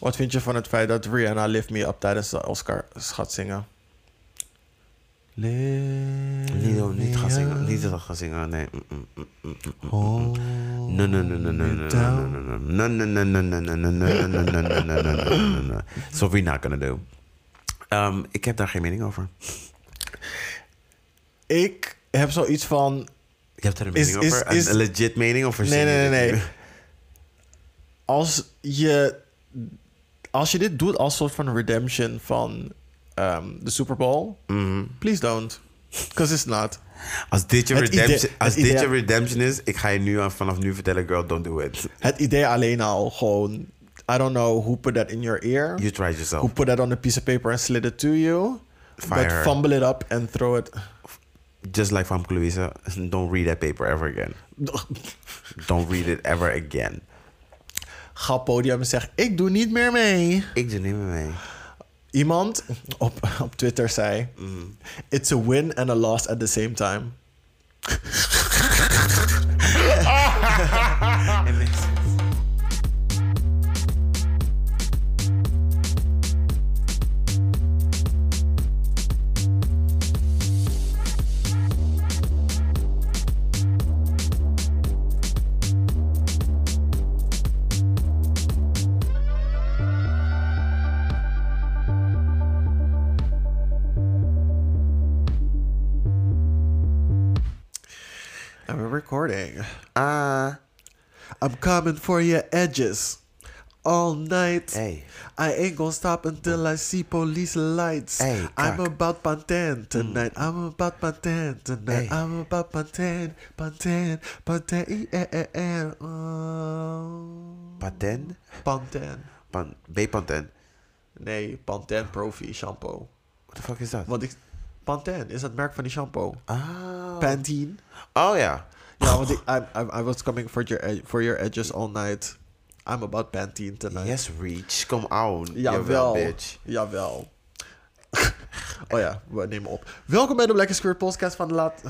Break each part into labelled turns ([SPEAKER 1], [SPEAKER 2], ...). [SPEAKER 1] Wat vind je van het feit dat Rihanna Lift Me Up tijdens de Oscar gaat zingen? Lift
[SPEAKER 2] Niet, oh, niet gaan
[SPEAKER 1] me
[SPEAKER 2] zingen.
[SPEAKER 1] up.
[SPEAKER 2] Niet dat gaan zingen. Nee. Mm, mm, mm, mm, mm, mm.
[SPEAKER 1] Hold
[SPEAKER 2] Nee, nee, nee, nee, nee,
[SPEAKER 1] me
[SPEAKER 2] nee,
[SPEAKER 1] down.
[SPEAKER 2] nee, nee, nee, nee, nee, nee, nee, nee, nee, nee, nee, nee, nee, nee, nee, nee. So we're not gonna do. Ehm, ik heb daar geen mening over.
[SPEAKER 1] Ik heb zoiets van.
[SPEAKER 2] Je hebt daar een
[SPEAKER 1] Is-
[SPEAKER 2] mening
[SPEAKER 1] is-
[SPEAKER 2] over?
[SPEAKER 1] is-
[SPEAKER 2] een, een legit mening of
[SPEAKER 1] Nee, nee, nee, nee. Als je, als je dit doet als soort van redemption van ehm, de Super Bowl,
[SPEAKER 2] Mhm.
[SPEAKER 1] please don't. Because it's not.
[SPEAKER 2] Als dit je
[SPEAKER 1] Het idee-
[SPEAKER 2] redemption, als
[SPEAKER 1] het
[SPEAKER 2] dit
[SPEAKER 1] idee-
[SPEAKER 2] je redemption is, ik ga je nu aan- vanaf nu vertellen, girl, don't do it.
[SPEAKER 1] Het idee alleen al gewoon. I don't know who put that in your ear.
[SPEAKER 2] You tried yourself.
[SPEAKER 1] who put that on a piece of paper and slid it to you.
[SPEAKER 2] Fire
[SPEAKER 1] But
[SPEAKER 2] her.
[SPEAKER 1] fumble it up and throw it.
[SPEAKER 2] Just like Famke Louise, don't read that paper ever again. Don't read it ever again.
[SPEAKER 1] Ga op podium en zeg: Ik doe niet meer mee.
[SPEAKER 2] Ik doe niet meer mee.
[SPEAKER 1] Iemand op, op Twitter zei:
[SPEAKER 2] Mm.
[SPEAKER 1] It's a win and a loss at the same time. And we're recording.
[SPEAKER 2] Ah,
[SPEAKER 1] I'm coming for your edges all night.
[SPEAKER 2] hey.
[SPEAKER 1] I ain't gonna stop until I see police lights.
[SPEAKER 2] Hey,
[SPEAKER 1] I'm
[SPEAKER 2] kak.
[SPEAKER 1] about Pantene tonight. I'm about Pantene tonight.
[SPEAKER 2] Hey.
[SPEAKER 1] I'm about Pantene, Pantene, Pantene. eh, eh, eh, eh, oh.
[SPEAKER 2] Patent?
[SPEAKER 1] Pantene.
[SPEAKER 2] Pan, B-patent?
[SPEAKER 1] Nee, Pantene Profi shampoo.
[SPEAKER 2] What the fuck is dat?
[SPEAKER 1] Want ik, Pantene is het merk van die shampoo.
[SPEAKER 2] Ah.
[SPEAKER 1] Pantene.
[SPEAKER 2] Oh ja.
[SPEAKER 1] Ja, want ik, I'm, I'm, I was coming for your, ed- for your edges all night. I'm about Pantene tonight.
[SPEAKER 2] Yes, Reach. Kom out.
[SPEAKER 1] Jawel.
[SPEAKER 2] bitch.
[SPEAKER 1] Jawel. oh ja, we nemen op. Welkom bij de Black Square Podcast van de laat.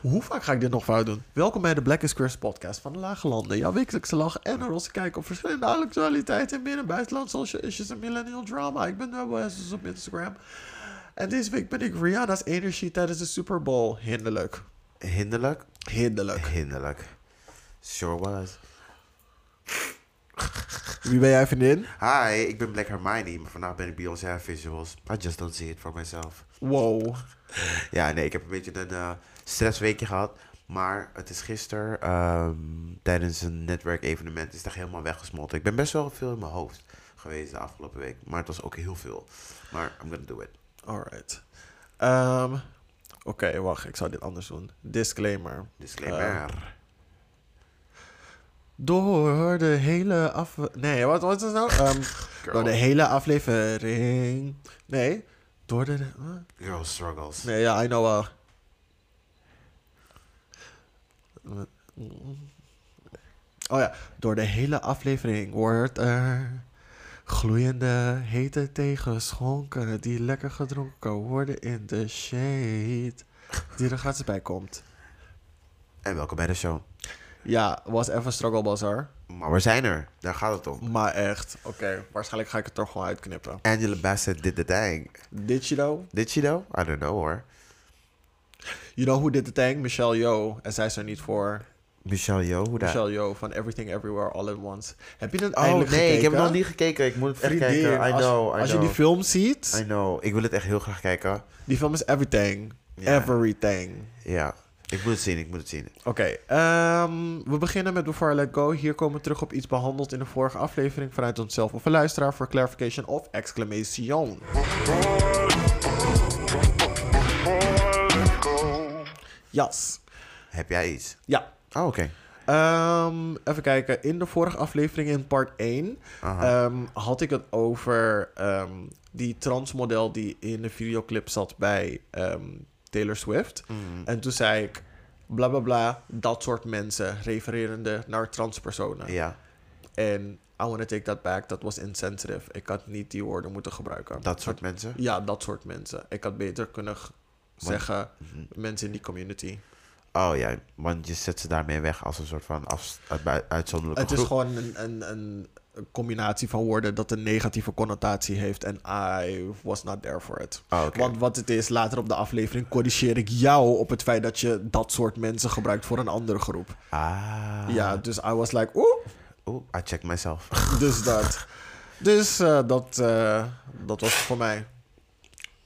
[SPEAKER 1] Hoe vaak ga ik dit nog fout doen? Welkom bij de Black is Queers podcast van de Lage Landen. Jouw wekelijkse lach en een rosse kijk op verschillende actualiteiten in binnen- en buitenland, social issues en millennial drama. Ik ben Noel Wessels op Instagram. En deze week ben ik Rihanna's energie tijdens de Super Bowl. Hinderlijk.
[SPEAKER 2] Hinderlijk?
[SPEAKER 1] Hinderlijk.
[SPEAKER 2] Hinderlijk. Sure was.
[SPEAKER 1] Wie ben jij vriendin?
[SPEAKER 2] Hi, ik ben Black Hermione, maar vandaag ben ik Beyoncé haar Visuals. I just don't see it for myself.
[SPEAKER 1] Wow.
[SPEAKER 2] Ja, nee, ik heb een beetje een eh, stressweekje gehad. Maar het is gisteren ehm, tijdens een netwerkevenement is het echt helemaal weggesmolten. Ik ben best wel veel in mijn hoofd geweest de afgelopen week. Maar het was ook heel veel. Maar I'm gonna do it.
[SPEAKER 1] Alright. Ehm, Oké, wacht. Ik zou dit anders doen. Disclaimer.
[SPEAKER 2] Disclaimer.
[SPEAKER 1] Ehm, Door de hele af... Nee, wat was het nou? Ehm,
[SPEAKER 2] Girl.
[SPEAKER 1] door de hele aflevering... Nee. Door de... huh?
[SPEAKER 2] Girl struggles.
[SPEAKER 1] Nee, ja, I know wel. Oh ja, door de hele aflevering wordt er gloeiende hete thee geschonken die lekker gedronken kan worden in de shade die er gratis bij komt.
[SPEAKER 2] En welkom bij de show.
[SPEAKER 1] Ja, was even struggle bazaar,
[SPEAKER 2] Maar we zijn er. Daar gaat het om.
[SPEAKER 1] maar echt, oké, waarschijnlijk ga ik het toch gewoon uitknippen.
[SPEAKER 2] Angela Bassett did the thing.
[SPEAKER 1] Did you know?
[SPEAKER 2] Did she though? I don't know hoor.
[SPEAKER 1] You know who did the thing? Michelle Yeoh. En zij is er niet voor.
[SPEAKER 2] Michelle Yeoh, hoe daar?
[SPEAKER 1] Michelle Yeoh van Everything Everywhere All at Once. Heb je dat
[SPEAKER 2] Oh nee,
[SPEAKER 1] eindelijk
[SPEAKER 2] ik heb
[SPEAKER 1] gekeken?
[SPEAKER 2] het nog niet gekeken. Ik moet het echt
[SPEAKER 1] Vriendin,
[SPEAKER 2] kijken. I
[SPEAKER 1] als,
[SPEAKER 2] know, I
[SPEAKER 1] als je
[SPEAKER 2] know.
[SPEAKER 1] die film
[SPEAKER 2] I
[SPEAKER 1] ziet,
[SPEAKER 2] know. Ik wil het echt heel graag kijken.
[SPEAKER 1] die film is Everything.
[SPEAKER 2] Ja.
[SPEAKER 1] Everything.
[SPEAKER 2] Ja. Ik moet het zien, ik moet het zien.
[SPEAKER 1] Oké, ehm, we beginnen met Before I Let Go. Hier komen we terug op iets behandeld in de vorige aflevering vanuit onszelf of een luisteraar voor clarification of exclamation. Yes.
[SPEAKER 2] Heb jij iets?
[SPEAKER 1] Ja,
[SPEAKER 2] Oh, oké.
[SPEAKER 1] Ehm, even kijken. In de vorige aflevering in part 1
[SPEAKER 2] Aha.
[SPEAKER 1] ehm, had ik het over ehm, die transmodel die in de videoclip zat bij ehm, Taylor Swift.
[SPEAKER 2] Mm-hmm.
[SPEAKER 1] En toen zei ik bla bla bla, dat soort mensen refererende naar transpersonen.
[SPEAKER 2] Ja,
[SPEAKER 1] En I want to take that back, dat was insensitive. Ik had niet die woorden moeten gebruiken.
[SPEAKER 2] dat soort mensen.
[SPEAKER 1] Ja, dat soort mensen. Ik had beter kunnen g- zeggen mensen in die community.
[SPEAKER 2] Mm-hmm. Oh ja, want je zet ze daarmee weg als een soort van afs- uit- bui- uitzonderlijke
[SPEAKER 1] Het is
[SPEAKER 2] groep.
[SPEAKER 1] gewoon een, een, een combinatie van woorden dat een negatieve connotatie heeft. En I was not there for it.
[SPEAKER 2] Oh, oké.
[SPEAKER 1] Want wat het is, later op de aflevering corrigeer ik jou op het feit dat je dat soort mensen gebruikt voor een andere groep.
[SPEAKER 2] Ah.
[SPEAKER 1] Ja, dus I was like, oeh,
[SPEAKER 2] Oeh, I check myself.
[SPEAKER 1] dus dat. Dus eh, dat, eh, dat was het voor mij.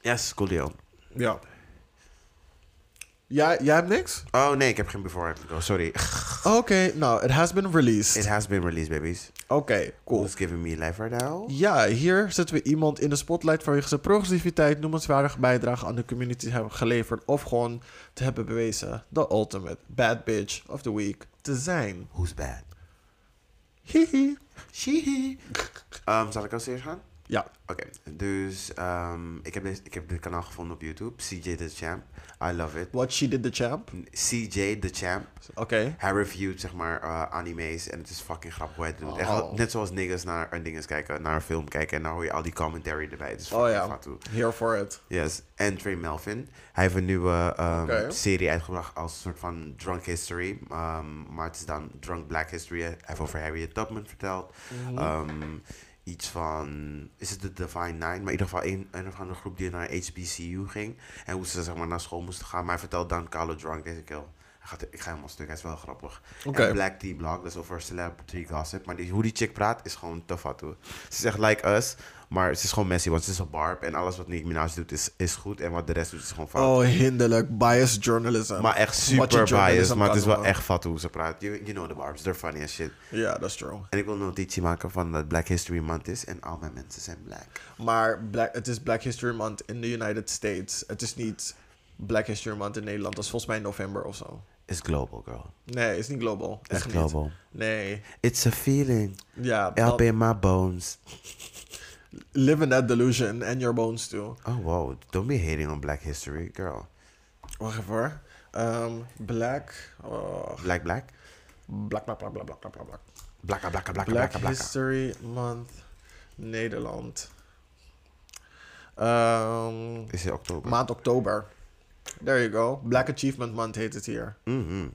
[SPEAKER 2] yes, cool deal.
[SPEAKER 1] Ja. Jij, jij hebt niks?
[SPEAKER 2] Oh nee, ik heb geen before and after. Sorry.
[SPEAKER 1] Oké, nou, it has been
[SPEAKER 2] It
[SPEAKER 1] released.
[SPEAKER 2] has been released, babies.
[SPEAKER 1] Oké, cool.
[SPEAKER 2] Who's giving me life right now?
[SPEAKER 1] Ja, hier zetten we iemand in de spotlight vanwege zijn progressiviteit, noemenswaardige bijdrage aan de community hebben geleverd of gewoon te hebben bewezen de ultimate bad bitch of the week te zijn.
[SPEAKER 2] Who's bad?
[SPEAKER 1] Hihi.
[SPEAKER 2] Sheehy. Ehm, zal ik al eerst gaan?
[SPEAKER 1] Ja,
[SPEAKER 2] Oké, dus ehm, ik, heb deze, ik heb dit kanaal gevonden op YouTube. CJ The Champ. I love it.
[SPEAKER 1] What She Did The Champ.
[SPEAKER 2] CJ The Champ.
[SPEAKER 1] Oké.
[SPEAKER 2] Hij reviewt zeg maar eh, anime's en het is fucking grappig hoe hij het doet. Echt,
[SPEAKER 1] Oh.
[SPEAKER 2] net zoals niggas naar een dinges kijken, naar een film kijken en dan hoor je al die commentary erbij. Het is
[SPEAKER 1] Oh
[SPEAKER 2] fucking
[SPEAKER 1] ja,
[SPEAKER 2] fatu.
[SPEAKER 1] here for it.
[SPEAKER 2] Yes, en Trey Melvin. Hij heeft een nieuwe ehm,
[SPEAKER 1] Oké.
[SPEAKER 2] serie uitgebracht als een soort van drunk history. ehm, maar het is dan drunk black history. Hij heeft over Harriet Tubman verteld.
[SPEAKER 1] Mhm.
[SPEAKER 2] Ehm, iets van, is het de Divine Nine? Maar in ieder geval een, een of andere groep die naar HBCU ging. En hoe ze zeg maar naar school moesten gaan. Maar hij vertelt dan Carlo Drunk deze keer. Hij gaat, ik ga helemaal stuk, hij is wel grappig.
[SPEAKER 1] Oké.
[SPEAKER 2] En Black Tea Blog, dat is over celebrity gossip. Maar die, hoe die chick praat is gewoon te fat hoor. Ze zegt like us, maar ze is gewoon messy, want ze is een barb. En alles wat Nicki Minaj doet is, is goed. En wat de rest doet is gewoon fout.
[SPEAKER 1] Oh, hinderlijk. Biased journalism.
[SPEAKER 2] maar echt
[SPEAKER 1] Wat je
[SPEAKER 2] super biased.
[SPEAKER 1] journalism
[SPEAKER 2] Maar het
[SPEAKER 1] kan
[SPEAKER 2] is wel
[SPEAKER 1] doen.
[SPEAKER 2] echt fat hoe ze praat. You, you know the barbs, they're funny as shit.
[SPEAKER 1] Ja, dat is true.
[SPEAKER 2] En ik wil een notitie maken van dat Black History Month is. En al mijn mensen zijn black.
[SPEAKER 1] Maar black, het is Black History Month in de United States. Het is niet Black History Month in Nederland. Dat is volgens mij in november of zo.
[SPEAKER 2] It's global, girl.
[SPEAKER 1] Nee, het is niet global.
[SPEAKER 2] It's
[SPEAKER 1] Echt
[SPEAKER 2] global.
[SPEAKER 1] niet. Nee.
[SPEAKER 2] It's a feeling.
[SPEAKER 1] Ja,
[SPEAKER 2] Up
[SPEAKER 1] dat-
[SPEAKER 2] in my bones.
[SPEAKER 1] live in that delusion and your bones too.
[SPEAKER 2] Oh wow, don't be hating on black history, girl.
[SPEAKER 1] Wacht even hoor. Ehm, black, oh,
[SPEAKER 2] Black, black.
[SPEAKER 1] black, black, black, black, black, black, black, black.
[SPEAKER 2] Blakka, blakka, blakka,
[SPEAKER 1] Black
[SPEAKER 2] blakka, blakka.
[SPEAKER 1] History Month Nederland. Ehm,
[SPEAKER 2] Is in oktober.
[SPEAKER 1] maand oktober. There you go. Black Achievement Month heet het hier.
[SPEAKER 2] Mhm.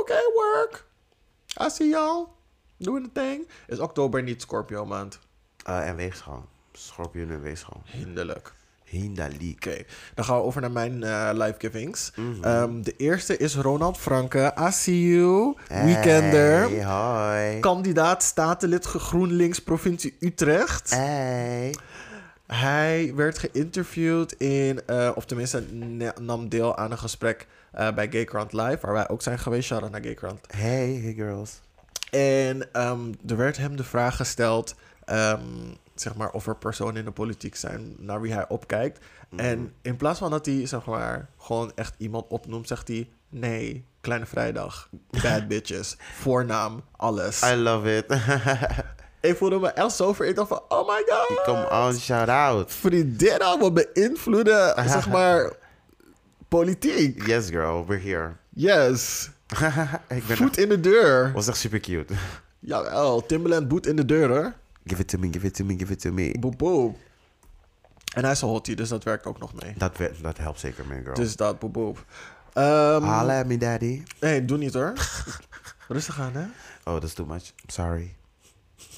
[SPEAKER 1] Oké, work. I see y'all. Doing the thing. Is oktober niet Scorpio maand?
[SPEAKER 2] Eh, en weegschaal. Schorpioen en weegschaal.
[SPEAKER 1] Hinderlijk.
[SPEAKER 2] Hindaliek.
[SPEAKER 1] Oké, dan gaan we over naar mijn eh live givings. Ehm, de eerste is Ronald Franke. I see you. Weekender.
[SPEAKER 2] Hey, hoi.
[SPEAKER 1] Kandidaat statenlid ge- GroenLinks provincie Utrecht.
[SPEAKER 2] Hey.
[SPEAKER 1] Hij werd geïnterviewd in, eh, of tenminste ne- nam deel aan een gesprek eh, bij Gaykrant Live, waar wij ook zijn geweest. Shout out naar Gaykrant.
[SPEAKER 2] Hey, hey girls.
[SPEAKER 1] En ehm, er werd hem de vraag gesteld, ehm, zeg maar, of er personen in de politiek zijn naar wie hij opkijkt. En in plaats van dat hij, zeg maar, gewoon echt iemand opnoemt, zegt hij... Nee, Kleine Vrijdag, Bad Bitches, voornaam, alles.
[SPEAKER 2] I love it.
[SPEAKER 1] Ik voelde me echt zo vereerd. Ik dacht van, oh my god.
[SPEAKER 2] Come on, shout out.
[SPEAKER 1] Fridera wil beïnvloeden, zeg maar, politiek.
[SPEAKER 2] Yes, girl, we're here.
[SPEAKER 1] Yes.
[SPEAKER 2] ik ben
[SPEAKER 1] Voet in de deur.
[SPEAKER 2] was echt super cute.
[SPEAKER 1] Jawel, Timberland boet in de deur, hoor.
[SPEAKER 2] give it to me, give it to me, give it to me.
[SPEAKER 1] Boep, boep. En hij is een hottie, dus dat werkt ook nog mee.
[SPEAKER 2] Dat, we- dat helpt zeker mee, girl.
[SPEAKER 1] Dus dat, boep, boep. Ehm,
[SPEAKER 2] Holla at me, daddy.
[SPEAKER 1] nee, doe niet, hoor. Rustig aan, hè.
[SPEAKER 2] Oh, that's too much. Sorry.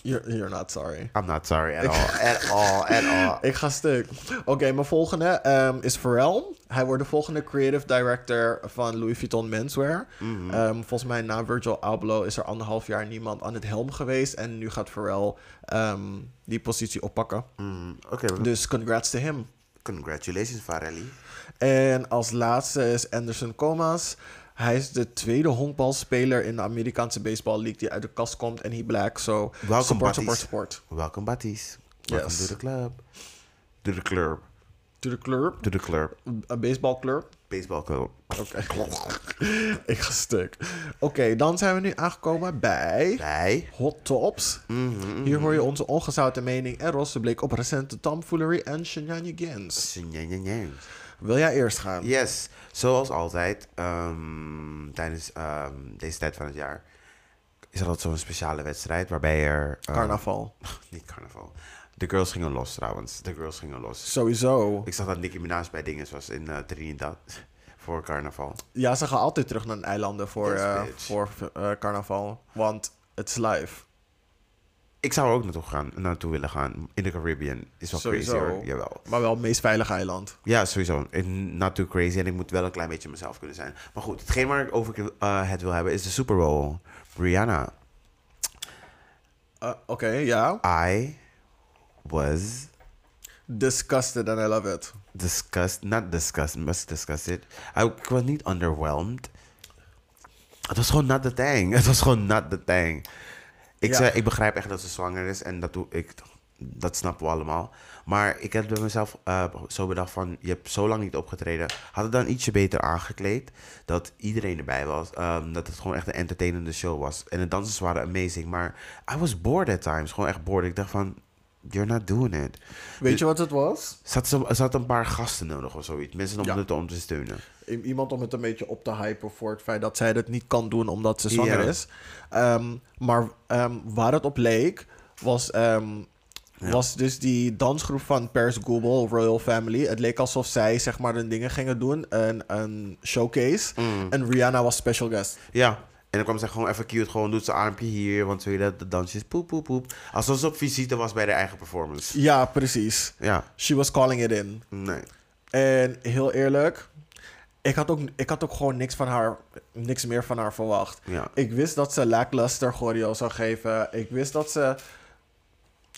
[SPEAKER 1] You're, you're not sorry.
[SPEAKER 2] I'm not sorry at all. at all, at all.
[SPEAKER 1] Ik ga stuk. Oké, mijn volgende ehm, is Pharrell. Hij wordt de volgende creative director van Louis Vuitton Menswear. Ehm, volgens mij na Virgil Abloh is er anderhalf jaar niemand aan het helm geweest. En nu gaat Pharrell ehm, die positie oppakken.
[SPEAKER 2] Mm, Oké, okay,
[SPEAKER 1] Dus congrats to him.
[SPEAKER 2] congratulations, Farelli.
[SPEAKER 1] En als laatste is Anderson Comas. Hij is de tweede honkbalspeler in de Amerikaanse Baseball League die uit de kast komt. En he black, so support,
[SPEAKER 2] Welkom,
[SPEAKER 1] support,
[SPEAKER 2] buddies.
[SPEAKER 1] support.
[SPEAKER 2] Welkom, Batties. Welkom
[SPEAKER 1] Yes.
[SPEAKER 2] to the club. To the club.
[SPEAKER 1] To the club,
[SPEAKER 2] To the club.
[SPEAKER 1] een baseballclub.
[SPEAKER 2] Baseball club.
[SPEAKER 1] Oké. Ik ga stuk. Oké, dan zijn we nu aangekomen bij
[SPEAKER 2] Hey.
[SPEAKER 1] Hot Tops. Hier hoor je onze ongezouten mening en rosse blik op recente tomfoolery en shenanigans. Wil jij eerst gaan?
[SPEAKER 2] Yes, zoals altijd, ehm, tijdens ehm, deze tijd van het jaar is er altijd zo'n speciale wedstrijd waarbij er. ehm,
[SPEAKER 1] Carnaval.
[SPEAKER 2] niet carnaval. De girls gingen los trouwens. De girls gingen los.
[SPEAKER 1] Sowieso.
[SPEAKER 2] Ik zag dat Nicki Minaj bij dingen was in eh, Trinidad. voor carnaval.
[SPEAKER 1] Ja, ze gaan altijd terug naar de eilanden voor,
[SPEAKER 2] Yes,
[SPEAKER 1] eh,
[SPEAKER 2] bitch.
[SPEAKER 1] voor eh, carnaval. Want het is live.
[SPEAKER 2] Ik zou er ook naartoe, gaan, naartoe willen gaan. In de Caribbean. Is wel crazy
[SPEAKER 1] Sowieso.
[SPEAKER 2] hoor. Jawel.
[SPEAKER 1] Maar wel het meest veilige eiland.
[SPEAKER 2] Ja, sowieso. Eh, Not too crazy. En ik moet wel een klein beetje mezelf kunnen zijn. Maar goed, hetgeen waar ik over eh, het wil hebben is de Super Bowl. Rihanna.
[SPEAKER 1] Eh, Oké, ja.
[SPEAKER 2] I was
[SPEAKER 1] Disgusted and I love it.
[SPEAKER 2] disgust, not disgust, must discuss it. I, ik was niet underwhelmed. Het was gewoon not the thing. Het was gewoon not the thing. Ik,
[SPEAKER 1] Ja.
[SPEAKER 2] zei, ik begrijp echt dat ze zwanger is en dat doe ik. Dat snappen we allemaal. Maar ik heb bij mezelf eh, zo bedacht van... je hebt zo lang niet opgetreden. Had het dan ietsje beter aangekleed. Dat iedereen erbij was. ehm, dat het gewoon echt een entertainende show was. En de dansers waren amazing. Maar I was bored at times. Gewoon echt bored. Ik dacht van... You're not doing it.
[SPEAKER 1] Weet je wat het was?
[SPEAKER 2] Ze had, ze ze had een paar gasten nodig of zoiets. Mensen om
[SPEAKER 1] Ja.
[SPEAKER 2] het om te steunen.
[SPEAKER 1] I- Iemand om het een beetje op te hypen voor het feit dat zij dat niet kan doen omdat ze zwanger
[SPEAKER 2] Ja.
[SPEAKER 1] is. Ehm, maar ehm, waar het op leek, was, ehm, was dus die dansgroep van Paris Goebel, Royal Family. Het leek alsof zij zeg maar hun dingen gingen doen, een, een showcase.
[SPEAKER 2] Mm.
[SPEAKER 1] En Rihanna was special guest.
[SPEAKER 2] Ja. En dan kwam ze gewoon even cute. Gewoon doet ze armpje hier. Want ze willen de dansjes poep, poep, poep. Alsof ze op visite was bij haar eigen performance.
[SPEAKER 1] Ja, precies.
[SPEAKER 2] Ja.
[SPEAKER 1] She was calling it in.
[SPEAKER 2] Nee.
[SPEAKER 1] En heel eerlijk, ik had ook, ik had ook gewoon niks, van haar, niks meer van haar verwacht.
[SPEAKER 2] Ja.
[SPEAKER 1] Ik wist dat ze lackluster choreo zou geven. Ik wist dat ze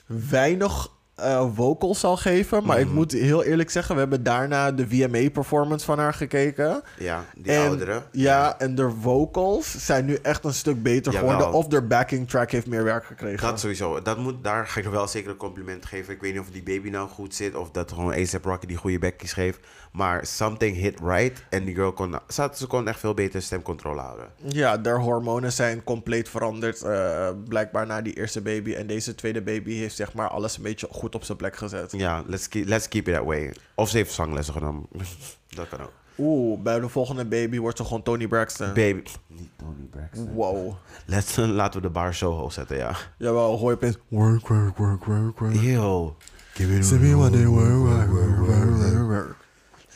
[SPEAKER 1] weinig eh vocals zal geven. Maar
[SPEAKER 2] Mhm.
[SPEAKER 1] ik moet heel eerlijk zeggen, we hebben daarna de VMA-performance van haar gekeken.
[SPEAKER 2] Ja. Die
[SPEAKER 1] En-
[SPEAKER 2] oudere.
[SPEAKER 1] Ja, en de vocals zijn nu echt een stuk beter
[SPEAKER 2] Jawel.
[SPEAKER 1] geworden. Of de backing track heeft meer werk gekregen.
[SPEAKER 2] Dat sowieso. Dat moet, daar ga ik wel zeker een compliment geven. Ik weet niet of die baby nou goed zit. Of dat gewoon ASAP Rocky die goede bekjes geeft. Maar something hit right. En die girl kon, ze, had- ze kon echt veel beter stemcontrole houden.
[SPEAKER 1] Ja, haar hormonen zijn compleet veranderd. eh, blijkbaar na die eerste baby. En deze tweede baby heeft zeg maar alles een beetje goed op zijn plek gezet.
[SPEAKER 2] Ja, let's keep, let's keep it that way. Of ze heeft zanglessen genomen. dat kan ook.
[SPEAKER 1] Oeh, bij de volgende baby wordt ze gewoon Tony Braxton.
[SPEAKER 2] Baby. Niet Tony Braxton.
[SPEAKER 1] wow.
[SPEAKER 2] Let's, laten we de bar zo hoog zetten, ja.
[SPEAKER 1] Jawel, hoor je opeens... Work, work, work, work, work.
[SPEAKER 2] Ew. Give it
[SPEAKER 1] Give me one day, work, work, work, work, work, work.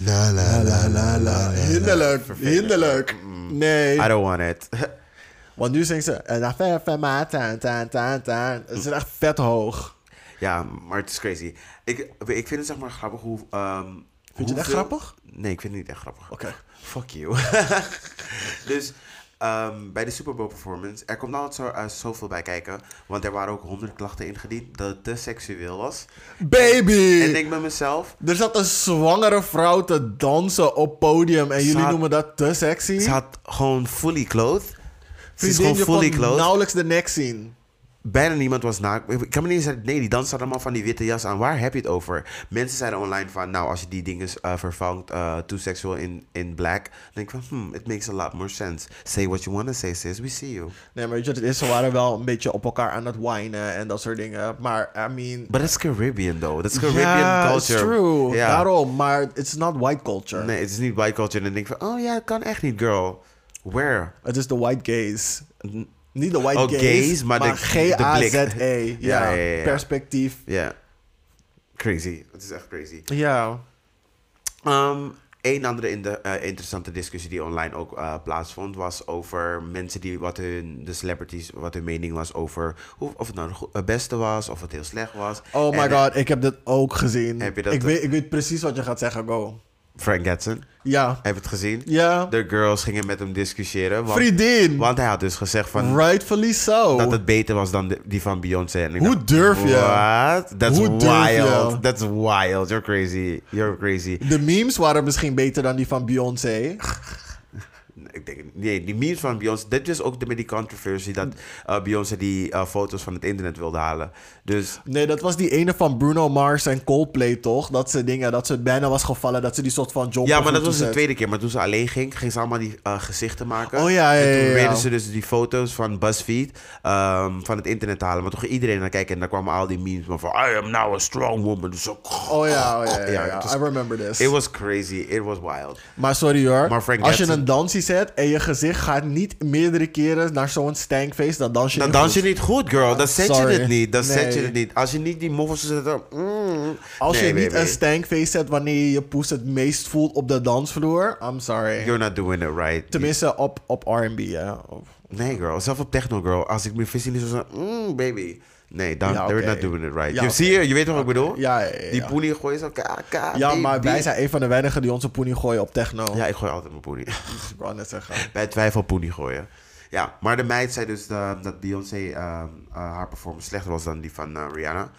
[SPEAKER 2] La la la la la.
[SPEAKER 1] Hinderlijk, hinderlijk. Nee.
[SPEAKER 2] I don't want it.
[SPEAKER 1] Mm. Want nu zingt ze... En dan ver, ver, maar, taan, taan, taan, taan. Het is echt vet hoog.
[SPEAKER 2] ja, maar het is crazy. Ik, ik vind het zeg maar grappig hoe... ehm,
[SPEAKER 1] Vind je het echt
[SPEAKER 2] hoeveel-
[SPEAKER 1] grappig?
[SPEAKER 2] Nee, ik vind het niet echt grappig.
[SPEAKER 1] Oké.
[SPEAKER 2] Fuck you. dus ehm, bij de Super Bowl performance, er komt altijd zo, eh, zoveel bij kijken. Want er waren ook honderd klachten ingediend dat het te seksueel was.
[SPEAKER 1] Baby!
[SPEAKER 2] En ik denk bij mezelf,
[SPEAKER 1] Er zat een zwangere vrouw te dansen op podium en jullie
[SPEAKER 2] had-
[SPEAKER 1] noemen dat te sexy?
[SPEAKER 2] ze had gewoon fully clothed. Ze is
[SPEAKER 1] Vriendin,
[SPEAKER 2] gewoon
[SPEAKER 1] je
[SPEAKER 2] fully
[SPEAKER 1] kon
[SPEAKER 2] clothed.
[SPEAKER 1] nauwelijks de nek zien.
[SPEAKER 2] Bijna niemand was naakt. Ik kan me niet eens zeggen, nee, die dansen hadden allemaal van die witte jas aan. Waar heb je het over? Mensen zeiden online van, nou, als je die dingen eh, vervangt, eh too sexual in, in black. Dan denk ik van, hmm, it makes a lot more sense. Say what you want to say, sis, we see you.
[SPEAKER 1] Nee, maar weet je wat het is? Ze waren wel een beetje op elkaar aan het whinen en dat soort dingen. Maar, I mean...
[SPEAKER 2] But that's Caribbean, though. That's Caribbean
[SPEAKER 1] Ja,
[SPEAKER 2] culture.
[SPEAKER 1] It's true.
[SPEAKER 2] Ja.
[SPEAKER 1] Daarom, maar it's not white culture.
[SPEAKER 2] Nee, het is niet white culture. En dan denk ik van, oh ja, het kan echt niet, girl. Where?
[SPEAKER 1] Het is de white gaze. Niet de white
[SPEAKER 2] Oh,
[SPEAKER 1] gaze,
[SPEAKER 2] gaze, maar
[SPEAKER 1] maar,
[SPEAKER 2] de- de blik.
[SPEAKER 1] G-A-Z-E. Ja,
[SPEAKER 2] Ja, ja, ja, ja.
[SPEAKER 1] perspectief.
[SPEAKER 2] Ja. Crazy. Het is echt crazy.
[SPEAKER 1] Ja.
[SPEAKER 2] Ehm een andere in de, eh, interessante discussie die online ook eh, plaatsvond, was over mensen die wat hun, de celebrities, wat hun mening was over hoe, of het nou de go- het beste was, of het heel slecht was.
[SPEAKER 1] Oh my
[SPEAKER 2] En, eh,
[SPEAKER 1] god, ik heb dit ook gezien.
[SPEAKER 2] Heb je dat-
[SPEAKER 1] ik, weet, ik weet precies wat je gaat zeggen, go.
[SPEAKER 2] Frank Gatson,
[SPEAKER 1] Ja.
[SPEAKER 2] heb je het gezien?
[SPEAKER 1] Ja.
[SPEAKER 2] De girls gingen met hem discussiëren. Want,
[SPEAKER 1] Vriendin.
[SPEAKER 2] want hij had dus gezegd van,
[SPEAKER 1] Rightfully so.
[SPEAKER 2] dat het beter was dan de- die van Beyoncé. En ik
[SPEAKER 1] Hoe
[SPEAKER 2] dacht,
[SPEAKER 1] durf je?
[SPEAKER 2] What? That's
[SPEAKER 1] Hoe
[SPEAKER 2] wild.
[SPEAKER 1] durf je?
[SPEAKER 2] That's wild. You're crazy. You're crazy.
[SPEAKER 1] De memes waren misschien beter dan die van Beyoncé.
[SPEAKER 2] Ik denk, het- nee, die memes van Beyoncé. Dit is ook de, met die controversie
[SPEAKER 1] Mm.
[SPEAKER 2] dat eh, Beyoncé die eh, foto's van het internet wilde halen. Dus
[SPEAKER 1] Nee, dat was die ene van Bruno Mars en Coldplay, toch? Dat ze dingen, dat ze bijna was gevallen, dat ze die soort van jump
[SPEAKER 2] ja,
[SPEAKER 1] op
[SPEAKER 2] maar dat
[SPEAKER 1] moeten
[SPEAKER 2] was de
[SPEAKER 1] zetten.
[SPEAKER 2] tweede keer. Maar toen ze alleen ging, ging ze allemaal die eh, gezichten maken.
[SPEAKER 1] Oh, ja, ja,
[SPEAKER 2] En
[SPEAKER 1] ja,
[SPEAKER 2] toen
[SPEAKER 1] ja.
[SPEAKER 2] probeerden ze dus die foto's van BuzzFeed ehm, van het internet te halen. Maar toen ging iedereen naar kijken en daar kwamen al die memes van, van I am now a strong woman. Dus zo,
[SPEAKER 1] Oh ja, oh ja, ja, ja,
[SPEAKER 2] Ja, het was-
[SPEAKER 1] I remember this.
[SPEAKER 2] It was crazy. It was wild.
[SPEAKER 1] maar sorry hoor,
[SPEAKER 2] Maar Frank
[SPEAKER 1] als je
[SPEAKER 2] Gatson-
[SPEAKER 1] een dansie bent en je gezicht gaat niet meerdere keren naar zo'n stankface, dan dans je
[SPEAKER 2] Dan
[SPEAKER 1] niet
[SPEAKER 2] dans je
[SPEAKER 1] goed.
[SPEAKER 2] niet goed, girl. Dan zet
[SPEAKER 1] sorry.
[SPEAKER 2] je het niet. Dan zet je
[SPEAKER 1] Nee.
[SPEAKER 2] het niet. Als je niet die moffels zet, dan... mm.
[SPEAKER 1] Als
[SPEAKER 2] Nee,
[SPEAKER 1] je
[SPEAKER 2] nee,
[SPEAKER 1] niet
[SPEAKER 2] nee.
[SPEAKER 1] een stankface zet wanneer je je poes het meest voelt op de dansvloer, I'm sorry.
[SPEAKER 2] You're not doing it right.
[SPEAKER 1] Tenminste, op, op R&B, hè. Of-
[SPEAKER 2] Nee, girl. Zelf op techno, girl. Als ik mijn vis niet zo... Mm, baby. Nee, dan,
[SPEAKER 1] Ja,
[SPEAKER 2] they're
[SPEAKER 1] oké.
[SPEAKER 2] not doing it right.
[SPEAKER 1] Ja,
[SPEAKER 2] je,
[SPEAKER 1] oké.
[SPEAKER 2] zie je, je weet wat ik bedoel?
[SPEAKER 1] Ja, ja, ja.
[SPEAKER 2] Die poenie gooien zo... Ka, ka,
[SPEAKER 1] Ja,
[SPEAKER 2] baby.
[SPEAKER 1] maar wij zijn een van de weinigen die onze poenie gooien op techno.
[SPEAKER 2] Ja, ik gooi altijd mijn poenie.
[SPEAKER 1] Ik wou net zeggen.
[SPEAKER 2] Bij twijfel poenie gooien. Ja, maar de meid zei dus eh, dat Beyoncé ehm, eh, haar performance slechter was dan die van eh, Rihanna.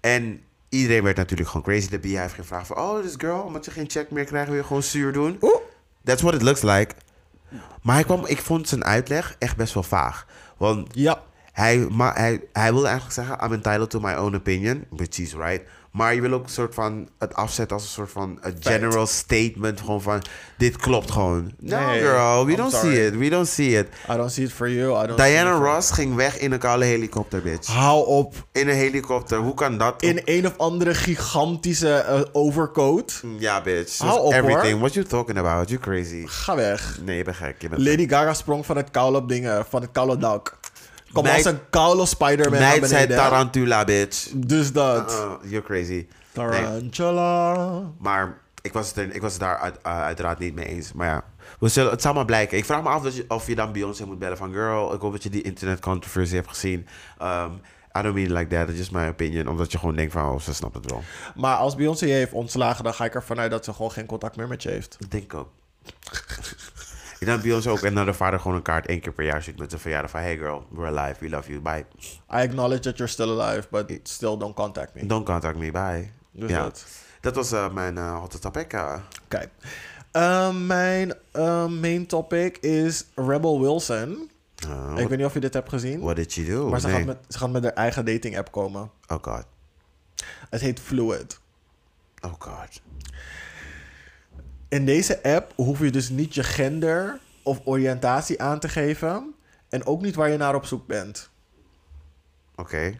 [SPEAKER 2] En iedereen werd natuurlijk gewoon crazy. De Bia heeft gevraagd van... Oh, this girl, omdat je geen check meer krijgt, wil je gewoon zuur doen?
[SPEAKER 1] Oeh.
[SPEAKER 2] That's what it looks like. Maar hij kwam, ik vond zijn uitleg echt best wel vaag. Want
[SPEAKER 1] Ja.
[SPEAKER 2] hij, maar hij, hij wilde eigenlijk zeggen, I'm entitled to my own opinion, which is right. Maar je wil ook een soort van het afzetten als een soort van a general statement. Gewoon van, dit klopt gewoon. No,
[SPEAKER 1] Nee,
[SPEAKER 2] girl, we
[SPEAKER 1] I'm
[SPEAKER 2] don't
[SPEAKER 1] sorry.
[SPEAKER 2] see it. We don't see it.
[SPEAKER 1] I don't see it for you. I don't see it
[SPEAKER 2] Diana
[SPEAKER 1] for-
[SPEAKER 2] Ross ging weg in een koude helikopter, bitch.
[SPEAKER 1] Hou op.
[SPEAKER 2] In een helikopter, hoe kan dat?
[SPEAKER 1] In een of andere gigantische eh, overcoat.
[SPEAKER 2] Ja, bitch.
[SPEAKER 1] Hou op,
[SPEAKER 2] everything.
[SPEAKER 1] hoor.
[SPEAKER 2] What you talking about? You crazy.
[SPEAKER 1] Ga weg.
[SPEAKER 2] Nee, je bent gek. Je bent gek.
[SPEAKER 1] Lady Gaga sprong van het koude op dingen. Van het koude dak. Kom
[SPEAKER 2] Meid-
[SPEAKER 1] als een koude Spider-Man naar
[SPEAKER 2] Meid zei
[SPEAKER 1] beneden.
[SPEAKER 2] Tarantula, bitch.
[SPEAKER 1] dus dat.
[SPEAKER 2] Uh, you're crazy. Nee.
[SPEAKER 1] Tarantula.
[SPEAKER 2] Maar ik was het, er, ik was het daar uit- eh, uiteraard niet mee eens. Maar ja, we zullen, het zal maar blijken. Ik vraag me af dat je, of je dan Beyoncé moet bellen van... Girl, ik hoop dat je die internetcontroversie hebt gezien. Um, I don't mean it like that. It's just my opinion. Omdat je gewoon denkt van... Oh, ze snapt het wel.
[SPEAKER 1] Maar als Beyoncé je heeft ontslagen, dan ga ik ervan uit dat ze gewoon geen contact meer met je heeft.
[SPEAKER 2] Dat denk ik ook. ik denk dat Beyoncé ook en naar de vader gewoon een kaart één keer per jaar ziet met zijn verjaardag van... Hey girl, we're alive. We love you. Bye.
[SPEAKER 1] I acknowledge that you're still alive, but still don't contact me.
[SPEAKER 2] Don't contact me. Bye.
[SPEAKER 1] Dus
[SPEAKER 2] ja.
[SPEAKER 1] dat.
[SPEAKER 2] Dat was eh, mijn eh hot topic. eh.
[SPEAKER 1] Oké. Ehm, mijn eh, main topic is Rebel Wilson.
[SPEAKER 2] Eh,
[SPEAKER 1] Ik weet niet of je dit hebt gezien.
[SPEAKER 2] what did she do?
[SPEAKER 1] Maar ze,
[SPEAKER 2] Nee.
[SPEAKER 1] gaat met, ze gaat met haar eigen dating app komen.
[SPEAKER 2] Oh god.
[SPEAKER 1] Het heet Fluid.
[SPEAKER 2] Oh god.
[SPEAKER 1] In deze app hoef je dus niet je gender of oriëntatie aan te geven. En ook niet waar je naar op zoek bent.
[SPEAKER 2] Oké.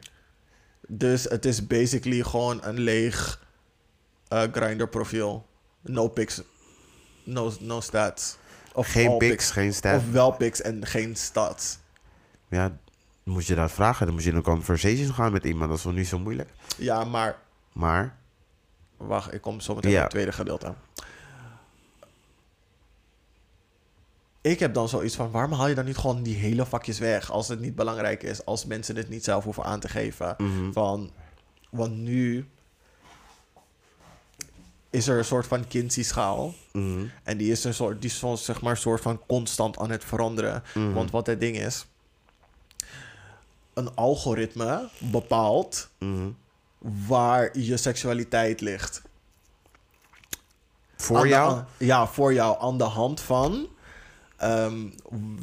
[SPEAKER 1] Dus het is basically gewoon een leeg grinder profiel. No pics. No, no stats. Of
[SPEAKER 2] Geen
[SPEAKER 1] all
[SPEAKER 2] pics, geen stats.
[SPEAKER 1] Of wel pics en geen stats.
[SPEAKER 2] Ja, moet je dat vragen. Dan moet je in een conversation gaan met iemand. Dat is wel niet zo moeilijk.
[SPEAKER 1] Ja, maar
[SPEAKER 2] Maar,
[SPEAKER 1] Wacht, ik kom zo meteen
[SPEAKER 2] Ja.
[SPEAKER 1] op het tweede gedeelte. Ik heb dan zoiets van, waarom haal je dan niet gewoon die hele vakjes weg als het niet belangrijk is, als mensen het niet zelf hoeven aan te geven? Van, want nu is er een soort van Kinsey-schaal. En die is een soort, die is zo- zeg maar, soort van constant aan het veranderen. Want wat het ding is, een algoritme bepaalt waar je seksualiteit ligt.
[SPEAKER 2] voor
[SPEAKER 1] Aan de-
[SPEAKER 2] jou?
[SPEAKER 1] aan- ja, voor jou. Aan de hand van ehm,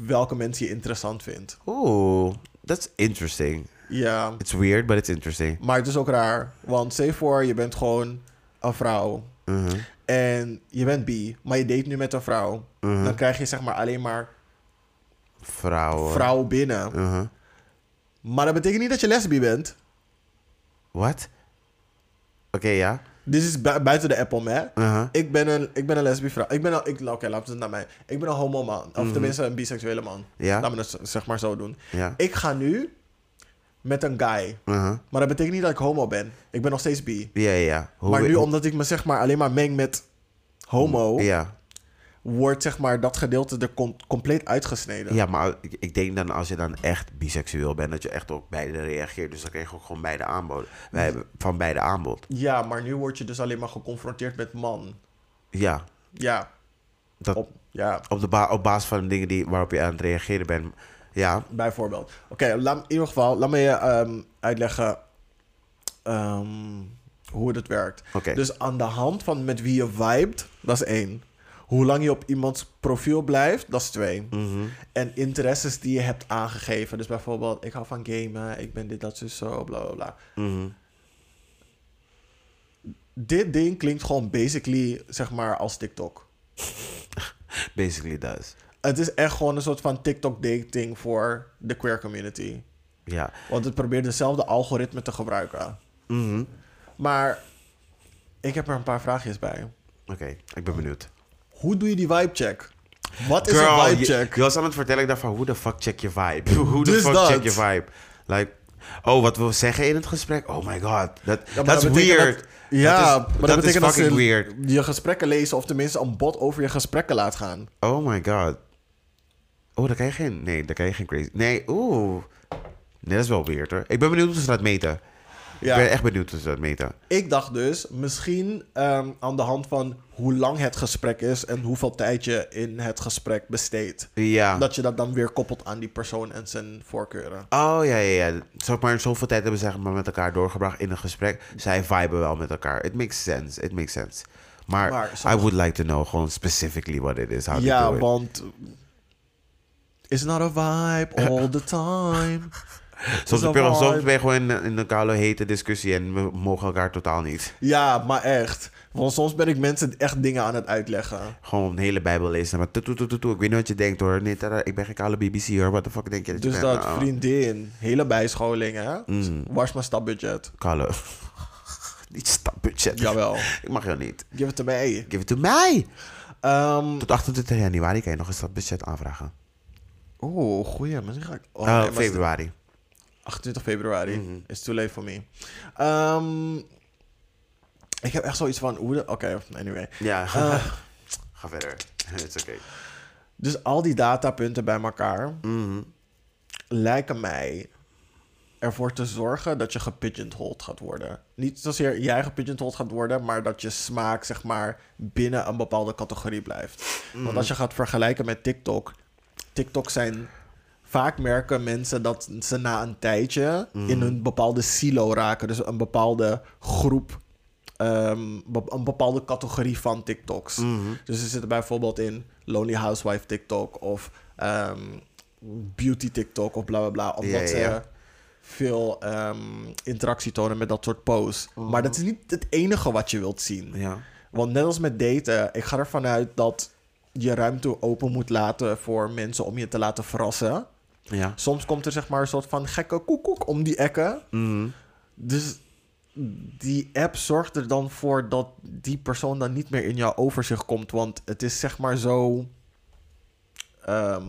[SPEAKER 1] welke mensen je interessant vindt.
[SPEAKER 2] Oeh, that's interesting.
[SPEAKER 1] Ja.
[SPEAKER 2] It's weird, but it's interesting.
[SPEAKER 1] Maar het is ook raar. Want stel je voor, je bent gewoon een vrouw.
[SPEAKER 2] Mhm.
[SPEAKER 1] En je bent bi, maar je date nu met een vrouw.
[SPEAKER 2] Mhm.
[SPEAKER 1] Dan krijg je zeg maar alleen maar
[SPEAKER 2] Vrouwen.
[SPEAKER 1] vrouw binnen.
[SPEAKER 2] Uh-huh.
[SPEAKER 1] Maar dat betekent niet dat je lesbi bent.
[SPEAKER 2] Wat? Oké, ja.
[SPEAKER 1] Dit is bu- buiten de app om, hè?
[SPEAKER 2] Uh-huh.
[SPEAKER 1] Ik ben een, ik ben een lesbisch vrouw. Ik ben een, ik, nou, oké, laten we het naar mij. Ik ben een homo man. Of tenminste een biseksuele man.
[SPEAKER 2] Mhm. Ja.
[SPEAKER 1] Laten we het zeg maar zo doen.
[SPEAKER 2] Ja.
[SPEAKER 1] Ik ga nu met een guy.
[SPEAKER 2] Uh-huh.
[SPEAKER 1] Maar dat betekent niet dat ik homo ben. Ik ben nog steeds bi.
[SPEAKER 2] Ja, ja, ja. Hoe
[SPEAKER 1] maar
[SPEAKER 2] we-
[SPEAKER 1] nu
[SPEAKER 2] hoe-
[SPEAKER 1] omdat ik me zeg maar alleen maar meng met homo...
[SPEAKER 2] Ja.
[SPEAKER 1] wordt zeg maar dat gedeelte er com- compleet uitgesneden.
[SPEAKER 2] ja, maar ik- ik denk dan als je dan echt biseksueel bent, dat je echt op beide reageert. Dus dan krijg je ook gewoon beide aanboden. Wij hebben van beide aanbod.
[SPEAKER 1] Ja, maar nu word je dus alleen maar geconfronteerd met man.
[SPEAKER 2] Ja.
[SPEAKER 1] Ja,
[SPEAKER 2] Dat,
[SPEAKER 1] op, ja
[SPEAKER 2] op, de ba- op basis van de dingen die, waarop je aan het reageren bent. Ja.
[SPEAKER 1] bijvoorbeeld. Oké, laat in ieder geval, laat me je ehm, uitleggen ehm, hoe het werkt.
[SPEAKER 2] Oké.
[SPEAKER 1] Dus aan de hand van met wie je vibet, dat is één. Hoe lang je op iemands profiel blijft, dat is twee. En interesses die je hebt aangegeven. Dus bijvoorbeeld, ik hou van gamen, ik ben dit, dat, zo, zo, bla, bla, bla. Dit ding klinkt gewoon basically, zeg maar, als TikTok.
[SPEAKER 2] Basically does.
[SPEAKER 1] Het is echt gewoon een soort van TikTok-dating voor de queer community.
[SPEAKER 2] Ja.
[SPEAKER 1] Want het probeert dezelfde algoritme te gebruiken.
[SPEAKER 2] Mhm.
[SPEAKER 1] Maar ik heb er een paar vraagjes bij.
[SPEAKER 2] Oké, ik ben benieuwd.
[SPEAKER 1] Hoe doe je die vibe check? Wat Oh. is
[SPEAKER 2] Girl,
[SPEAKER 1] een vibe
[SPEAKER 2] je-
[SPEAKER 1] check?
[SPEAKER 2] Je, was aan het vertellen, ik dacht van, hoe de fuck check je vibe? Hoe de
[SPEAKER 1] Dus
[SPEAKER 2] fuck
[SPEAKER 1] dat.
[SPEAKER 2] check je vibe? Like, oh, wat we zeggen in het gesprek? Oh my god, dat
[SPEAKER 1] Ja, maar
[SPEAKER 2] that's
[SPEAKER 1] dat betekent
[SPEAKER 2] weird.
[SPEAKER 1] dat- ja,
[SPEAKER 2] dat is,
[SPEAKER 1] maar dat,
[SPEAKER 2] dat is
[SPEAKER 1] betekent dat
[SPEAKER 2] fucking
[SPEAKER 1] ze
[SPEAKER 2] weird.
[SPEAKER 1] je gesprekken lezen of tenminste een bot over je gesprekken laat gaan.
[SPEAKER 2] Oh my god. Oh, daar kan je geen... Nee, daar kan je geen crazy... Nee, oeh. Nee, dat is wel weird hoor. Ik ben benieuwd hoe ze dat meten.
[SPEAKER 1] Ja.
[SPEAKER 2] Ik ben echt benieuwd hoe ze dat meten.
[SPEAKER 1] Ik dacht dus, misschien ehm, aan de hand van hoe lang het gesprek is en hoeveel tijd je in het gesprek besteedt.
[SPEAKER 2] Ja.
[SPEAKER 1] Dat je dat dan weer koppelt aan die persoon en zijn voorkeuren.
[SPEAKER 2] Oh ja, ja, ja. Zeg maar, zoveel tijd hebben ze zeg maar, met elkaar doorgebracht in een gesprek. Zij viben wel met elkaar. It makes sense. It makes sense. Maar,
[SPEAKER 1] Maar
[SPEAKER 2] I
[SPEAKER 1] sommige-
[SPEAKER 2] would like to know gewoon specifically what it is. How they
[SPEAKER 1] ja,
[SPEAKER 2] do it.
[SPEAKER 1] want. It's not a vibe all the time.
[SPEAKER 2] soms,
[SPEAKER 1] is
[SPEAKER 2] heb je-
[SPEAKER 1] een
[SPEAKER 2] soms
[SPEAKER 1] vibe.
[SPEAKER 2] ben je gewoon in, in een koude hete discussie en we mogen elkaar totaal niet.
[SPEAKER 1] Ja, maar echt. Want soms ben ik mensen echt dingen aan het uitleggen.
[SPEAKER 2] Gewoon een hele bijbel lezen. Maar toe, toe, toe, toe, toe. Ik weet niet wat je denkt hoor. Nee, tada, ik ben geen koude BBC hoor. What the fuck denk je dat je
[SPEAKER 1] Dus
[SPEAKER 2] bent?
[SPEAKER 1] dat
[SPEAKER 2] Ah,
[SPEAKER 1] vriendin, hele bijscholing, hè? Wars mijn stapbudget.
[SPEAKER 2] Koude. niet stapbudget.
[SPEAKER 1] Jawel.
[SPEAKER 2] Ik mag jou niet.
[SPEAKER 1] Give it to me.
[SPEAKER 2] Give it to mij.
[SPEAKER 1] Ehm
[SPEAKER 2] Tot 28 januari kan je nog een stapbudget aanvragen.
[SPEAKER 1] Oeh, goeie. Misschien ga ik... Oh,
[SPEAKER 2] Eh,
[SPEAKER 1] nee, maar het is
[SPEAKER 2] februari.
[SPEAKER 1] 28 februari. It's too late for me. Ehm, ik heb echt zoiets van... hoe de- Oké, anyway.
[SPEAKER 2] Ja, ga verder. Het is oké.
[SPEAKER 1] Dus al die datapunten bij elkaar...
[SPEAKER 2] Mhm.
[SPEAKER 1] Mm-hmm. lijken mij ervoor te zorgen dat je gepigeonholed gaat worden. Niet zozeer jij gepigeonholed gaat worden, maar dat je smaak zeg maar binnen een bepaalde categorie blijft.
[SPEAKER 2] Mhm.
[SPEAKER 1] Want als je gaat vergelijken met TikTok, TikTok zijn vaak merken mensen dat ze na een tijdje
[SPEAKER 2] Mhm.
[SPEAKER 1] in een bepaalde silo raken, dus een bepaalde groep. ehm, be- een bepaalde categorie van TikToks.
[SPEAKER 2] Mhm.
[SPEAKER 1] Dus er zitten bijvoorbeeld in Lonely Housewife TikTok of ehm, Beauty TikTok of bla bla bla. Omdat
[SPEAKER 2] Ja, ja,
[SPEAKER 1] ze
[SPEAKER 2] ja.
[SPEAKER 1] veel ehm, interactie tonen met dat soort posts. Maar dat is niet het enige wat je wilt zien.
[SPEAKER 2] Ja.
[SPEAKER 1] Want net als met daten, ik ga ervan uit dat je ruimte open moet laten voor mensen om je te laten verrassen.
[SPEAKER 2] Ja.
[SPEAKER 1] Soms komt er zeg maar een soort van gekke koekoek om die ekken. Dus die app zorgt er dan voor dat die persoon dan niet meer in jouw overzicht komt. Want het is zeg maar zo ehm,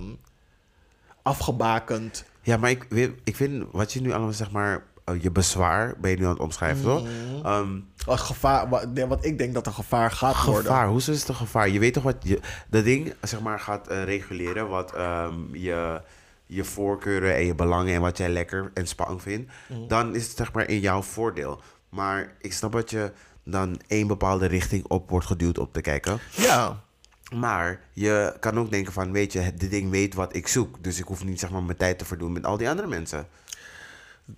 [SPEAKER 1] afgebakend.
[SPEAKER 2] Ja, maar ik, weet- ik vind wat je nu allemaal zeg maar... eh, je bezwaar ben je nu aan het omschrijven, toch? Ehm,
[SPEAKER 1] Wat, gevaar, wat, nee, wat ik denk dat er gevaar gaat worden.
[SPEAKER 2] gevaar, hoe is het een gevaar? Je weet toch wat... Je, dat ding, zeg maar, gaat eh, reguleren wat ehm, je, je voorkeuren en je belangen... en wat jij lekker en spannend vindt. Dan is het zeg maar in jouw voordeel. Maar ik snap dat je dan één bepaalde richting op wordt geduwd om te kijken.
[SPEAKER 1] Ja.
[SPEAKER 2] Maar je kan ook denken van, weet je, het- dit ding weet wat ik zoek. Dus ik hoef niet zeg maar mijn tijd te verdoen met al die andere mensen.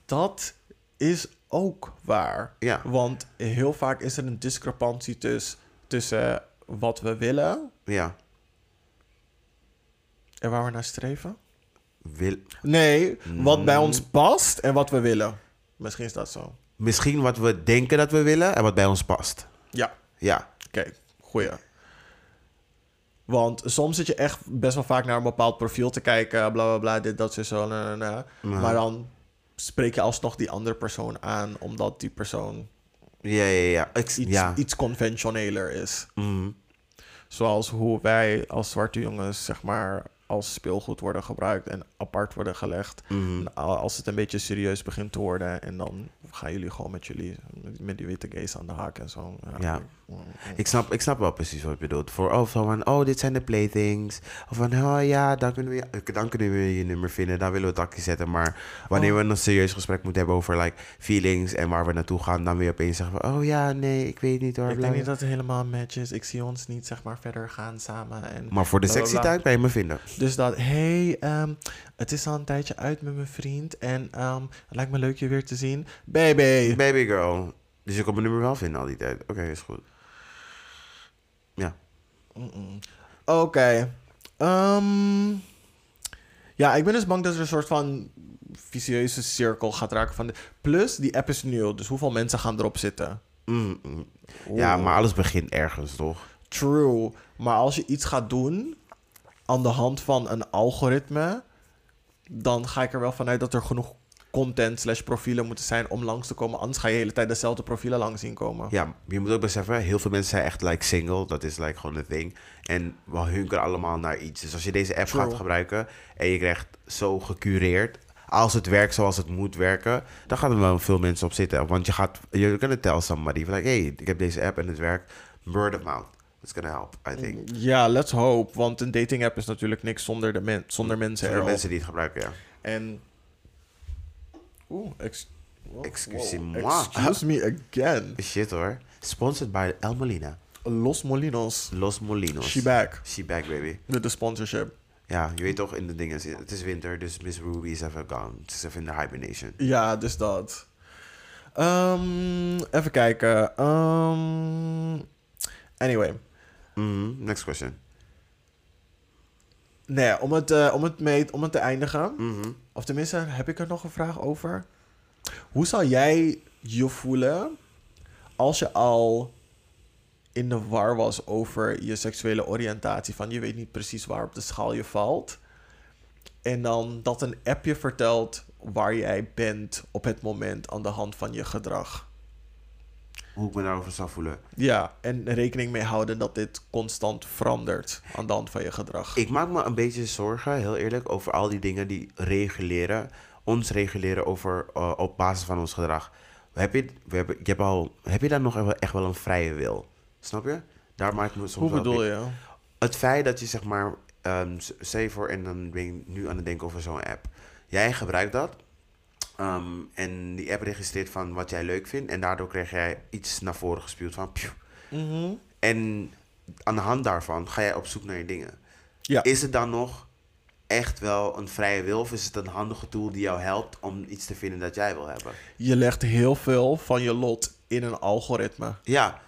[SPEAKER 1] Dat is ook waar.
[SPEAKER 2] Ja.
[SPEAKER 1] Want heel vaak is er een discrepantie tussen tussen wat we willen
[SPEAKER 2] Ja,
[SPEAKER 1] en waar we naar streven.
[SPEAKER 2] wil,
[SPEAKER 1] Nee, wat bij ons past en wat we willen. Misschien is dat zo.
[SPEAKER 2] misschien wat we denken dat we willen en wat bij ons past.
[SPEAKER 1] Ja,
[SPEAKER 2] Ja,
[SPEAKER 1] kijk, goeie. Want soms zit je echt best wel vaak naar een bepaald profiel te kijken. Bla bla bla, dit, dat, zo, zo, na, na, na. Maar dan spreek je alsnog die andere persoon aan, omdat die persoon
[SPEAKER 2] ja, ja, ja. Ik,
[SPEAKER 1] iets,
[SPEAKER 2] ja.
[SPEAKER 1] iets conventioneler is.
[SPEAKER 2] Mhm.
[SPEAKER 1] Zoals hoe wij als zwarte jongens, zeg maar, als speelgoed worden gebruikt en apart worden gelegd.
[SPEAKER 2] Mhm.
[SPEAKER 1] En a- als het een beetje serieus begint te worden, en dan gaan jullie gewoon met jullie, met- met die witte gays aan de haak en zo.
[SPEAKER 2] Ja. Ik, snap, ik snap wel precies wat je bedoelt. Voor of zo van, oh, dit zijn de playthings. Of van, oh ja, dan kunnen we, dan kunnen we je nummer vinden. Dan willen we het akje zetten. Maar wanneer
[SPEAKER 1] Oh.
[SPEAKER 2] we een serieus gesprek moeten hebben over like, feelings en waar we naartoe gaan, dan weer opeens zeggen van, oh ja, nee, ik weet niet hoor.
[SPEAKER 1] Ik
[SPEAKER 2] bla,
[SPEAKER 1] denk
[SPEAKER 2] bla.
[SPEAKER 1] niet dat het helemaal een match is. Ik zie ons niet, zeg maar, verder gaan samen. En
[SPEAKER 2] Maar voor de
[SPEAKER 1] bla, bla,
[SPEAKER 2] sexy
[SPEAKER 1] bla.
[SPEAKER 2] tijd kan je me vinden.
[SPEAKER 1] Dus dat, hey, ehm, het is al een tijdje uit met mijn vriend. En ehm, het lijkt me leuk je weer te zien. Baby!
[SPEAKER 2] Baby girl. Dus je kon mijn nummer wel vinden al die tijd. Oké, is goed. Ja.
[SPEAKER 1] Oké. Ehm, ja, ik ben dus bang dat er een soort van vicieuze cirkel gaat raken. Van de... Plus, die app is nieuw, dus hoeveel mensen gaan erop zitten?
[SPEAKER 2] Mm, mm. Ja, maar alles begint ergens, toch?
[SPEAKER 1] True. Maar als je iets gaat doen aan de hand van een algoritme, dan ga ik er wel vanuit dat er genoeg content slash profielen moeten zijn om langs te komen. Anders ga je de hele tijd dezelfde profielen langs zien komen.
[SPEAKER 2] Ja, je moet ook beseffen, heel veel mensen zijn echt like single. Dat is like gewoon een thing. En we hunkeren allemaal naar iets. Dus als je deze app
[SPEAKER 1] True.
[SPEAKER 2] gaat gebruiken en je krijgt zo gecureerd. Als het werkt zoals het moet werken, dan gaan er wel veel mensen op zitten. Want je gaat, you're gonna tell somebody, like, hey, ik heb deze app en het werkt. Word of mouth. That's gonna help, I think.
[SPEAKER 1] Ja, let's hope. Want een dating app is natuurlijk niks zonder, de men- zonder mensen
[SPEAKER 2] Zijn er
[SPEAKER 1] erop.
[SPEAKER 2] mensen die het gebruiken, ja.
[SPEAKER 1] En. Oeh, ex- wow,
[SPEAKER 2] Excusez-moi.
[SPEAKER 1] wow. Excuse me again.
[SPEAKER 2] Shit hoor. Sponsored by El Molina.
[SPEAKER 1] Los Molinos.
[SPEAKER 2] Los Molinos.
[SPEAKER 1] She back.
[SPEAKER 2] She back, baby.
[SPEAKER 1] Met de sponsorship.
[SPEAKER 2] Ja, je weet toch in de dingen. Het is winter, dus Miss Ruby is even gone. Ze is even in de hibernation.
[SPEAKER 1] Ja, dus dat. Ehm, even kijken. Ehm, anyway.
[SPEAKER 2] Mhm, Next question.
[SPEAKER 1] Nee, om het, eh, om, het mee, om het te eindigen.
[SPEAKER 2] Mhm.
[SPEAKER 1] Of tenminste, heb ik er nog een vraag over? Hoe zou jij je voelen als je al in de war was over je seksuele oriëntatie? Van je weet niet precies waar op de schaal je valt. En dan dat een app je vertelt waar jij bent op het moment aan de hand van je gedrag.
[SPEAKER 2] Hoe ik me daarover zou voelen.
[SPEAKER 1] Ja, en rekening mee houden dat dit constant verandert aan de hand van je gedrag.
[SPEAKER 2] Ik maak me een beetje zorgen, heel eerlijk, over al die dingen die reguleren. Ons reguleren over, eh, op basis van ons gedrag. Heb je, we hebben, je hebt al, heb je daar nog wel- echt wel een vrije wil? Snap je? Daar maak ik me soms
[SPEAKER 1] Hoe
[SPEAKER 2] wel een
[SPEAKER 1] bedoel je?
[SPEAKER 2] Het feit dat je zeg maar, ehm s- stel je voor, en dan ben ik nu aan het denken over zo'n app. Jij gebruikt dat ehm, en die app registreert van wat jij leuk vindt en daardoor krijg jij iets naar voren gespuwd van. pjoe.
[SPEAKER 1] Mhm.
[SPEAKER 2] En aan de hand daarvan ga jij op zoek naar je dingen.
[SPEAKER 1] Ja.
[SPEAKER 2] Is het dan nog echt wel een vrije wil of is het een handige tool die jou helpt om iets te vinden dat jij wil hebben?
[SPEAKER 1] Je legt heel veel van je lot in een algoritme.
[SPEAKER 2] Ja.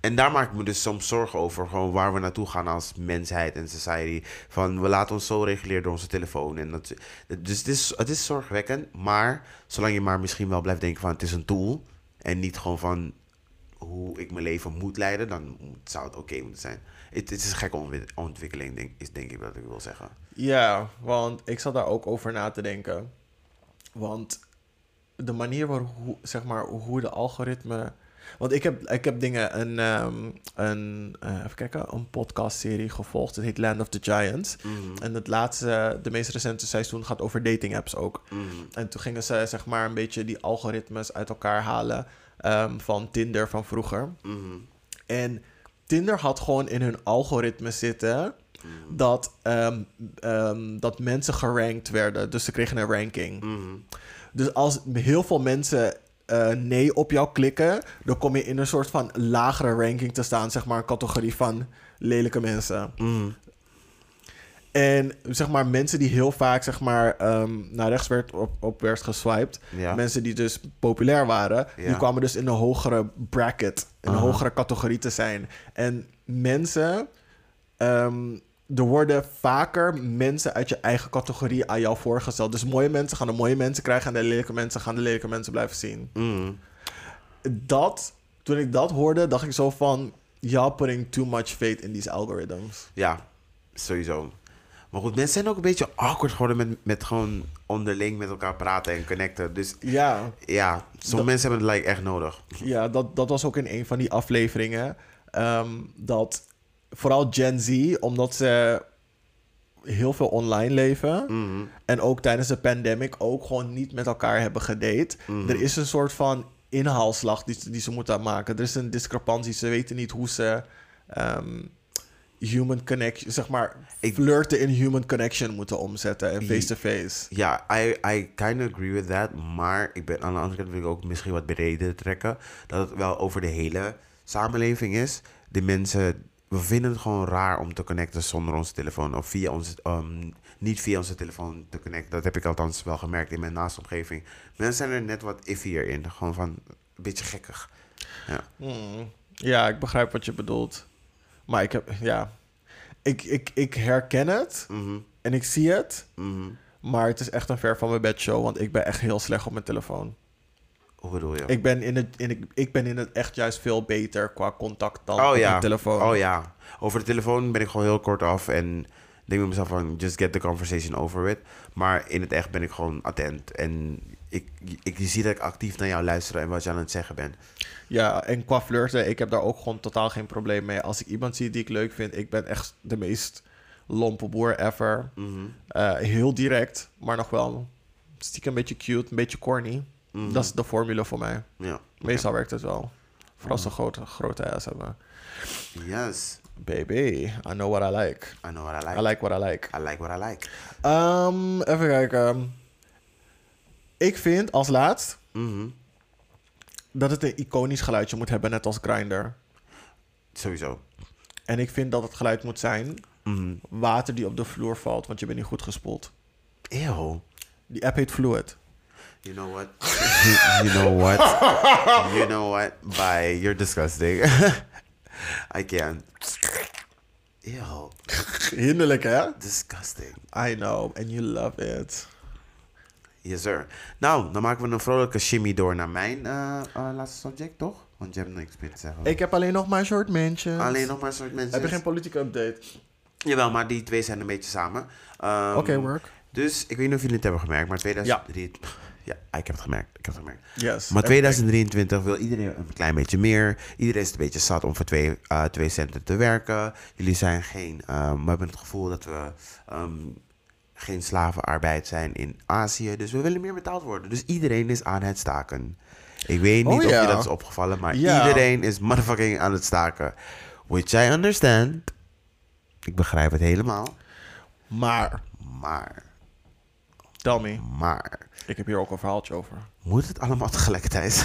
[SPEAKER 2] En daar maak ik me dus soms zorgen over. Gewoon waar we naartoe gaan als mensheid en society. Van we laten ons zo reguleren door onze telefoon. En dat, dus het is, het is zorgwekkend. Maar zolang je maar misschien wel blijft denken van het is een tool. En niet gewoon van hoe ik mijn leven moet leiden. Dan moet- zou het oké moeten zijn. Het, het is een gekke ontwi- ontwikkeling denk, is denk ik wat ik wil zeggen.
[SPEAKER 1] Ja, want ik zat daar ook over na te denken. Want de manier waar, hoe, zeg maar, hoe de algoritme... Want ik heb, ik heb dingen, een, ehm, een, eh, even kijken, een podcastserie gevolgd. Het heet Land of the Giants. En het laatste, de meest recente seizoen gaat over dating apps ook.
[SPEAKER 2] Mhm.
[SPEAKER 1] En toen gingen ze zeg maar een beetje die algoritmes uit elkaar halen ehm, van Tinder van vroeger.
[SPEAKER 2] Mhm.
[SPEAKER 1] En Tinder had gewoon in hun algoritme zitten dat, ehm, ehm, dat mensen gerankt werden. Dus ze kregen een ranking.
[SPEAKER 2] Mhm.
[SPEAKER 1] Dus als heel veel mensen eh, nee op jou klikken, dan kom je in een soort van lagere ranking te staan. Zeg maar een categorie van lelijke mensen.
[SPEAKER 2] Mhm.
[SPEAKER 1] En zeg maar mensen die heel vaak zeg maar, ehm, naar rechts werd, op, op werd geswiped.
[SPEAKER 2] Ja.
[SPEAKER 1] Mensen die dus populair waren,
[SPEAKER 2] Ja.
[SPEAKER 1] die kwamen dus in een hogere bracket, in een
[SPEAKER 2] Aha.
[SPEAKER 1] hogere categorie te zijn. En mensen, ehm, er worden vaker mensen uit je eigen categorie aan jou voorgesteld. Dus mooie mensen gaan de mooie mensen krijgen en de lelijke mensen gaan de lelijke mensen blijven zien.
[SPEAKER 2] Mhm.
[SPEAKER 1] Dat, toen ik dat hoorde, dacht ik zo van, y'all putting too much faith in these algorithms.
[SPEAKER 2] Ja, sowieso. Maar goed, mensen zijn ook een beetje awkward geworden met, met gewoon onderling met elkaar praten en connecten. Dus
[SPEAKER 1] Ja.
[SPEAKER 2] ja, sommige
[SPEAKER 1] Dat-
[SPEAKER 2] mensen hebben het like echt nodig.
[SPEAKER 1] Ja, dat, dat was ook in een van die afleveringen. ehm, dat vooral Gen Z, omdat ze heel veel online leven.
[SPEAKER 2] Mhm.
[SPEAKER 1] En ook tijdens de pandemic ook gewoon niet met elkaar hebben gedate.
[SPEAKER 2] Mhm.
[SPEAKER 1] Er is een soort van inhaalslag die, ze- die ze moeten maken. Er is een discrepantie. Ze weten niet hoe ze ehm, human connection, zeg maar,
[SPEAKER 2] Ik-
[SPEAKER 1] flirten in human connection moeten omzetten. En
[SPEAKER 2] Je-
[SPEAKER 1] face-to-face.
[SPEAKER 2] Ja, I, I kind of agree with that. Maar ik ben, aan de andere kant wil ik ook misschien wat breder trekken. Dat het wel over de hele samenleving is. De mensen, we vinden het gewoon raar om te connecten zonder onze telefoon. Of via onze, ehm, niet via onze telefoon te connecten. Dat heb ik althans wel gemerkt in mijn naaste omgeving. Mensen zijn er net wat iffier in. Gewoon van, een beetje gekkig.
[SPEAKER 1] Hmm. Ja, ik begrijp wat je bedoelt. Maar ik heb, ja. Ik, ik, ik herken het
[SPEAKER 2] Mhm,
[SPEAKER 1] en ik zie het.
[SPEAKER 2] mhm.
[SPEAKER 1] Maar het is echt een ver van mijn bed show, want ik ben echt heel slecht op mijn telefoon.
[SPEAKER 2] Hoe bedoel je?
[SPEAKER 1] Ik ben in het, in, ik, ik ben in het echt juist veel beter qua contact dan
[SPEAKER 2] Oh
[SPEAKER 1] op
[SPEAKER 2] ja.
[SPEAKER 1] mijn telefoon.
[SPEAKER 2] Oh ja. Over de telefoon ben ik gewoon heel kort af en denk bij mezelf van just get the conversation over with. Maar in het echt ben ik gewoon attent en ik, ik zie dat ik actief naar jou luister en wat je aan het zeggen bent.
[SPEAKER 1] Ja, en qua flirten, ik heb daar ook gewoon totaal geen probleem mee. Als ik iemand zie die ik leuk vind, ik ben echt de meest lompe boer ever.
[SPEAKER 2] Mhm.
[SPEAKER 1] Eh, heel direct, maar nog wel stiekem een beetje cute, een beetje corny.
[SPEAKER 2] Mhm.
[SPEAKER 1] Dat is de formule voor mij.
[SPEAKER 2] Ja.
[SPEAKER 1] Meestal werkt het wel. Vooral als ze grote, grote ass hebben.
[SPEAKER 2] Yes.
[SPEAKER 1] Baby, I know what I like.
[SPEAKER 2] I know what I like.
[SPEAKER 1] I like what I like.
[SPEAKER 2] I like what I like.
[SPEAKER 1] Ehm, even kijken. Ik vind als laatst
[SPEAKER 2] Mhm.
[SPEAKER 1] dat het een iconisch geluidje moet hebben, net als Grinder.
[SPEAKER 2] Sowieso.
[SPEAKER 1] En ik vind dat het geluid moet zijn
[SPEAKER 2] Mhm.
[SPEAKER 1] water die op de vloer valt, want je bent niet goed gespoeld.
[SPEAKER 2] Ew.
[SPEAKER 1] Die app heet Fluid.
[SPEAKER 2] You know what? you know what? you know what? Bye. You're disgusting. I can't. Ew.
[SPEAKER 1] Hinderlijk, hè?
[SPEAKER 2] Disgusting.
[SPEAKER 1] I know, and you love it.
[SPEAKER 2] Yes, sir. Nou, dan maken we een vrolijke shimmy door naar mijn eh, eh, laatste subject, toch? Want je hebt niks meer te zeggen.
[SPEAKER 1] Ik heb alleen nog maar short mentions.
[SPEAKER 2] Alleen nog maar een soort mensen.
[SPEAKER 1] Heb je geen politieke update?
[SPEAKER 2] Jawel, maar die twee zijn een beetje samen. Ehm,
[SPEAKER 1] Oké, work.
[SPEAKER 2] Dus ik weet niet of jullie het hebben gemerkt, maar 2003... Ja. ah, ik heb het gemerkt. Ik heb het gemerkt.
[SPEAKER 1] Yes.
[SPEAKER 2] Maar 2023 wil iedereen een klein beetje meer. Iedereen is een beetje zat om voor twee, eh, twee centen te werken. Jullie zijn geen... ehm we hebben het gevoel dat we ehm, geen slavenarbeid zijn in Azië. Dus we willen meer betaald worden. Dus iedereen is aan het staken. Ik weet
[SPEAKER 1] Oh
[SPEAKER 2] niet of
[SPEAKER 1] ja.
[SPEAKER 2] je dat is opgevallen, maar
[SPEAKER 1] Ja.
[SPEAKER 2] iedereen is motherfucking aan het staken. Which I understand. Ik begrijp het helemaal.
[SPEAKER 1] maar,
[SPEAKER 2] Maar,
[SPEAKER 1] tell me.
[SPEAKER 2] maar...
[SPEAKER 1] Ik heb hier ook een verhaaltje over.
[SPEAKER 2] Moet het allemaal tegelijkertijd?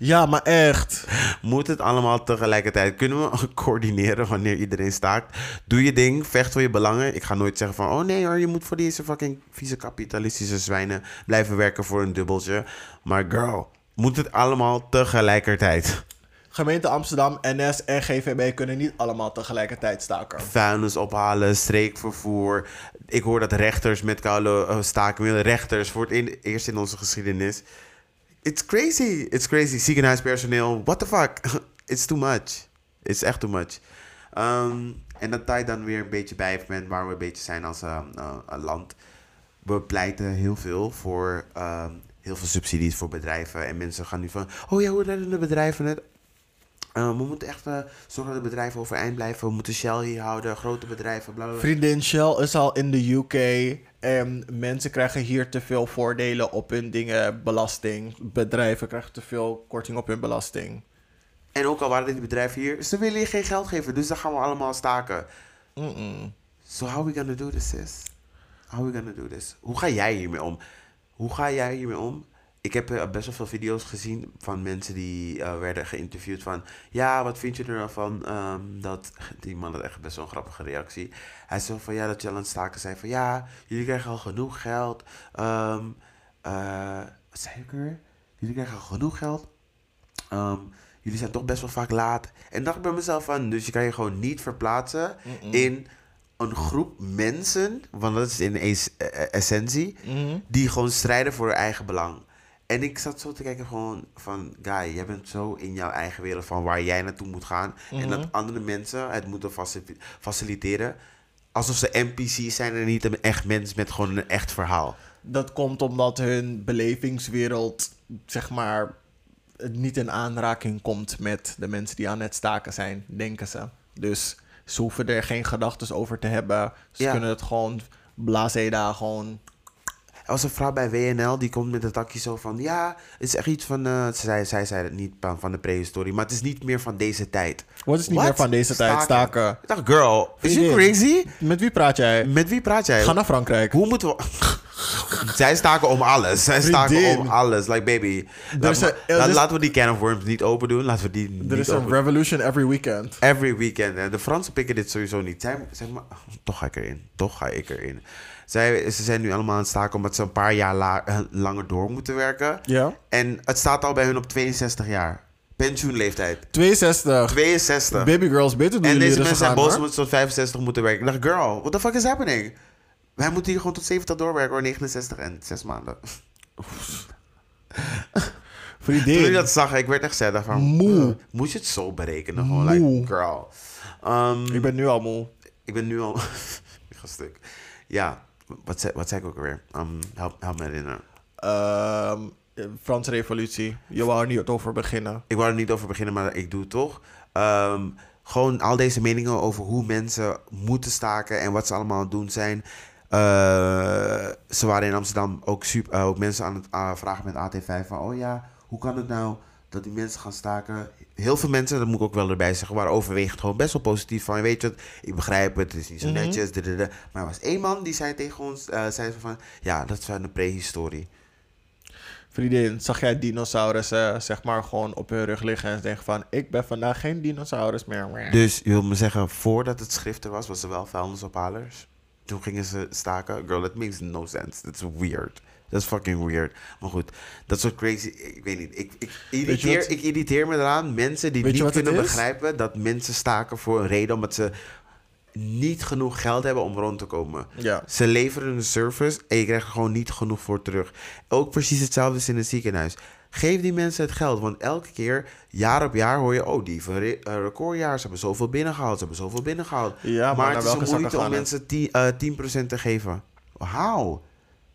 [SPEAKER 1] Ja, maar echt.
[SPEAKER 2] Moet het allemaal tegelijkertijd? Kunnen we coördineren wanneer iedereen staakt? Doe je ding, vecht voor je belangen. Ik ga nooit zeggen van, oh nee hoor, je moet voor deze fucking vieze kapitalistische zwijnen blijven werken voor een dubbeltje. Maar girl, moet het allemaal tegelijkertijd?
[SPEAKER 1] Gemeente Amsterdam, NS en GVB kunnen niet allemaal tegelijkertijd staken.
[SPEAKER 2] Vuilnis ophalen, streekvervoer. Ik hoor dat rechters met koude eh, staken willen. Rechters voor het in- eerst in onze geschiedenis. It's crazy. It's crazy. Ziekenhuispersoneel. What the fuck? It's too much. It's echt too much. Ehm, en dat taait dan weer een beetje bij op het moment waar we een beetje zijn als ehm, eh, een land. We pleiten heel veel voor ehm, heel veel subsidies voor bedrijven. En mensen gaan nu van, oh ja, hoe redden de bedrijven het? Eh, we moeten echt eh, zorgen dat de bedrijven overeind blijven. We moeten Shell hier houden, grote bedrijven, bla bla bla.
[SPEAKER 1] Vriendin Shell is al in de UK. En mensen krijgen hier te veel voordelen op hun dingen. Belasting. Bedrijven krijgen te veel korting op hun belasting.
[SPEAKER 2] En ook al waren die bedrijven hier, ze willen je geen geld geven. Dus dan gaan we allemaal staken.
[SPEAKER 1] Mm-mm.
[SPEAKER 2] So how we gonna do this, sis? How we gonna do this? Hoe ga jij hiermee om? Hoe ga jij hiermee om? Ik heb eh, best wel veel video's gezien van mensen die eh, werden geïnterviewd van... Ja, wat vind je er nou van ehm, dat... Die man had echt best wel een grappige reactie. Hij zei van ja, dat je al aan het staken zei van... Ja, jullie krijgen al genoeg geld. Ehm, eh, wat zei ik er? Jullie krijgen al genoeg geld. Ehm, jullie zijn toch best wel vaak laat. En dacht ik bij mezelf van... Dus je kan je gewoon niet verplaatsen in een groep mensen, want dat is in es- eh, essentie,
[SPEAKER 1] Mhm.
[SPEAKER 2] die gewoon strijden voor hun eigen belang. En ik zat zo te kijken gewoon van, guy, jij bent zo in jouw eigen wereld van waar jij naartoe moet gaan. En dat andere mensen het moeten faci- faciliteren. Alsof ze NPC's zijn en niet een echt mens met gewoon een echt verhaal.
[SPEAKER 1] Dat komt omdat hun belevingswereld, zeg maar, niet in aanraking komt met de mensen die aan het staken zijn, denken ze. Dus ze hoeven er geen gedachten over te hebben. Ze
[SPEAKER 2] Ja.
[SPEAKER 1] kunnen het gewoon blasé daar gewoon
[SPEAKER 2] Er was een vrouw bij WNL die komt met een takje zo van... Ja, het is echt iets van... eh, zij, zij zei het niet van van de prehistorie, maar het is niet meer van deze tijd.
[SPEAKER 1] Wat is niet
[SPEAKER 2] What?
[SPEAKER 1] meer van deze tijd staken?
[SPEAKER 2] Ik dacht, girl, is you
[SPEAKER 1] Vriendin.
[SPEAKER 2] crazy?
[SPEAKER 1] Met wie praat jij?
[SPEAKER 2] Met wie praat jij?
[SPEAKER 1] Ga nou naar Frankrijk.
[SPEAKER 2] Hoe moeten we... Zij staken om alles. Zij staken
[SPEAKER 1] Vriendin.
[SPEAKER 2] om alles. Like, baby. Laat
[SPEAKER 1] is
[SPEAKER 2] me-
[SPEAKER 1] een- er
[SPEAKER 2] laat-
[SPEAKER 1] is-
[SPEAKER 2] Laten we die can of worms niet open doen. Laten we die niet
[SPEAKER 1] Er is
[SPEAKER 2] open
[SPEAKER 1] een revolution every weekend.
[SPEAKER 2] Every weekend. En de Fransen pikken dit sowieso niet. Zij, zeg maar, toch ga ik erin. Toch ga ik erin. Zij, ze zijn nu allemaal aan het staken omdat ze een paar jaar la- eh, langer door moeten werken.
[SPEAKER 1] Ja.
[SPEAKER 2] En het staat al bij hun op 62 jaar. Pensioenleeftijd.
[SPEAKER 1] 62.
[SPEAKER 2] 62.
[SPEAKER 1] Baby girls, beter doen
[SPEAKER 2] En
[SPEAKER 1] jullie
[SPEAKER 2] deze
[SPEAKER 1] rustig
[SPEAKER 2] mensen zijn
[SPEAKER 1] aan,
[SPEAKER 2] boos
[SPEAKER 1] hoor.
[SPEAKER 2] omdat ze tot 65 moeten werken. Ik dacht, girl, what the fuck is happening? Wij moeten hier gewoon tot 70 doorwerken, hoor. 69 en 6 maanden. Toen ik
[SPEAKER 1] Vriendin.
[SPEAKER 2] dat zag, ik werd echt zedig van...
[SPEAKER 1] Moe.
[SPEAKER 2] eh, Moet je het zo berekenen? Gewoon,
[SPEAKER 1] Moe.
[SPEAKER 2] like, girl. Ehm,
[SPEAKER 1] Ik ben nu al moe.
[SPEAKER 2] ik ben nu al... ik ga stuk. Ja, wat zei, wat zei ik ook alweer? Ehm, help, help me herinneren.
[SPEAKER 1] Ehm, eh, Franse Revolutie. Je wou er niet over beginnen.
[SPEAKER 2] Ik wou er niet over beginnen, maar ik doe het toch. Ehm, gewoon al deze meningen over hoe mensen moeten staken en wat ze allemaal aan het doen zijn. Eh, ze waren in Amsterdam ook, super, eh, ook mensen aan het ah, vragen met AT5 van... Oh ja, hoe kan het nou dat die mensen gaan staken? Heel veel mensen, dat moet ik ook wel erbij zeggen, waren overwegend gewoon best wel positief. Van weet je wat, ik begrijp het, het is niet zo
[SPEAKER 1] Mhm.
[SPEAKER 2] netjes. dadada. Maar er was één man die zei tegen ons, eh, zei zo van... Ja, dat is van de prehistorie.
[SPEAKER 1] Vriendin, zag jij dinosaurussen zeg maar gewoon op hun rug liggen en zeggen van... Ik ben vandaag geen dinosaurus meer.
[SPEAKER 2] Dus je wil me zeggen, voordat het schrift er was, was er wel vuilnisophalers. Toen gingen ze staken. Girl, that makes no sense. That's weird. That's fucking weird. Maar goed, dat soort crazy. Ik weet niet. Ik, ik, irriteer,
[SPEAKER 1] wat-
[SPEAKER 2] ik irriteer me eraan. Mensen die
[SPEAKER 1] Weet je
[SPEAKER 2] niet
[SPEAKER 1] wat het
[SPEAKER 2] kunnen
[SPEAKER 1] is?
[SPEAKER 2] begrijpen dat mensen staken voor een reden omdat ze niet genoeg geld hebben om rond te komen.
[SPEAKER 1] Ja.
[SPEAKER 2] Ze leveren een service en je krijgt er gewoon niet genoeg voor terug. Ook precies hetzelfde is in het ziekenhuis. Geef die mensen het geld, want elke keer, jaar op jaar, hoor je... oh, die hebben re- eh, recordjaar, ze hebben zoveel binnengehaald, ze hebben zoveel binnengehaald.
[SPEAKER 1] Ja, maar naar
[SPEAKER 2] het is
[SPEAKER 1] welke
[SPEAKER 2] een
[SPEAKER 1] zakken
[SPEAKER 2] moeite om
[SPEAKER 1] gaan het?
[SPEAKER 2] mensen 10, eh, 10% te geven. How?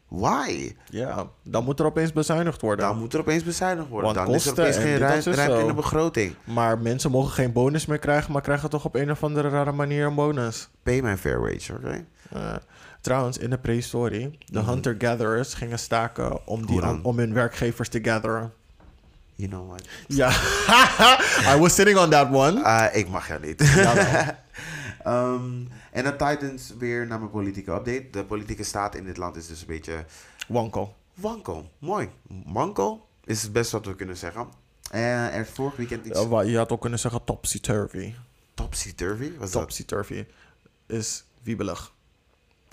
[SPEAKER 2] Why?
[SPEAKER 1] Ja, dan moet er opeens bezuinigd worden.
[SPEAKER 2] Dan moet er opeens bezuinigd worden.
[SPEAKER 1] Want
[SPEAKER 2] Dan is er
[SPEAKER 1] kosten
[SPEAKER 2] opeens
[SPEAKER 1] en
[SPEAKER 2] geen
[SPEAKER 1] dit, dat
[SPEAKER 2] ruim-
[SPEAKER 1] is
[SPEAKER 2] ruimte in
[SPEAKER 1] zo.
[SPEAKER 2] de begroting.
[SPEAKER 1] Maar mensen mogen geen bonus meer krijgen, maar krijgen toch op een of andere rare manier een bonus.
[SPEAKER 2] Pay my fair wage, oké?
[SPEAKER 1] Eh, trouwens, in de prehistorie, de
[SPEAKER 2] Mhm.
[SPEAKER 1] hunter-gatherers gingen staken om, die
[SPEAKER 2] Hoe dan?
[SPEAKER 1] aan- om hun werkgevers te gatheren.
[SPEAKER 2] You know what?
[SPEAKER 1] Ja, I was sitting on that one.
[SPEAKER 2] Ah, ik mag jou niet.
[SPEAKER 1] Jawel.
[SPEAKER 2] Ehm, en dat Titans weer naar mijn politieke update. De politieke staat in dit land is dus een beetje
[SPEAKER 1] Wankel.
[SPEAKER 2] wankel. Mooi. Wankel is het beste wat we kunnen zeggen. Eh, er is vorig weekend iets
[SPEAKER 1] Eh, wa- je had ook kunnen zeggen topsy-turvy.
[SPEAKER 2] topsy-turvy. Was dat?
[SPEAKER 1] Topsy-turvy is wiebelig.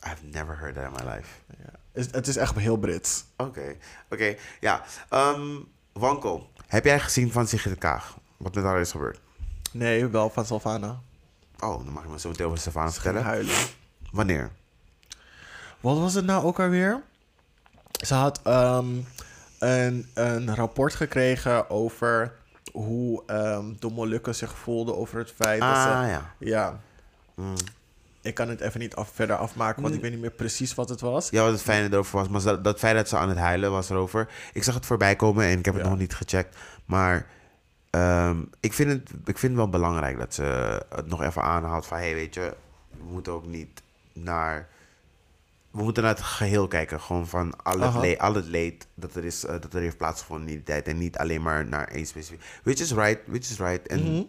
[SPEAKER 2] I've never heard that in my life.
[SPEAKER 1] Ja. Is, het is echt heel Brits.
[SPEAKER 2] Oké, oké. Ja, Ehm, wankel. Heb jij gezien van Sigrid Kaag? Wat met haar is gebeurd?
[SPEAKER 1] Nee, wel van Sylvana.
[SPEAKER 2] Oh, dan mag ik me zo meteen over Savannah
[SPEAKER 1] Geen
[SPEAKER 2] vertellen.
[SPEAKER 1] huilen.
[SPEAKER 2] Wanneer?
[SPEAKER 1] Wat was het nou ook alweer? Ze had ehm, een, een rapport gekregen over hoe ehm, de Molukken zich voelden over het feit dat
[SPEAKER 2] Ah,
[SPEAKER 1] ze...
[SPEAKER 2] ja.
[SPEAKER 1] Ja,
[SPEAKER 2] Mm.
[SPEAKER 1] ik kan het even niet af, verder afmaken, want ik weet niet meer precies wat het was.
[SPEAKER 2] Ja, wat het fijne erover was. Maar dat, dat feit dat ze aan het huilen was erover. Ik zag het voorbij komen en ik heb het
[SPEAKER 1] Ja.
[SPEAKER 2] nog niet gecheckt. Maar ehm, ik, vind het, ik vind het wel belangrijk dat ze het nog even aanhoudt. Van, hé, hey, weet je, we moeten ook niet naar... We moeten naar het geheel kijken. Gewoon van al het,
[SPEAKER 1] Aha.
[SPEAKER 2] leed, al het leed dat er, is, eh, dat er heeft plaatsgevonden in die tijd. En niet alleen maar naar één specifiek... Which is right, which is right. En,
[SPEAKER 1] Mhm.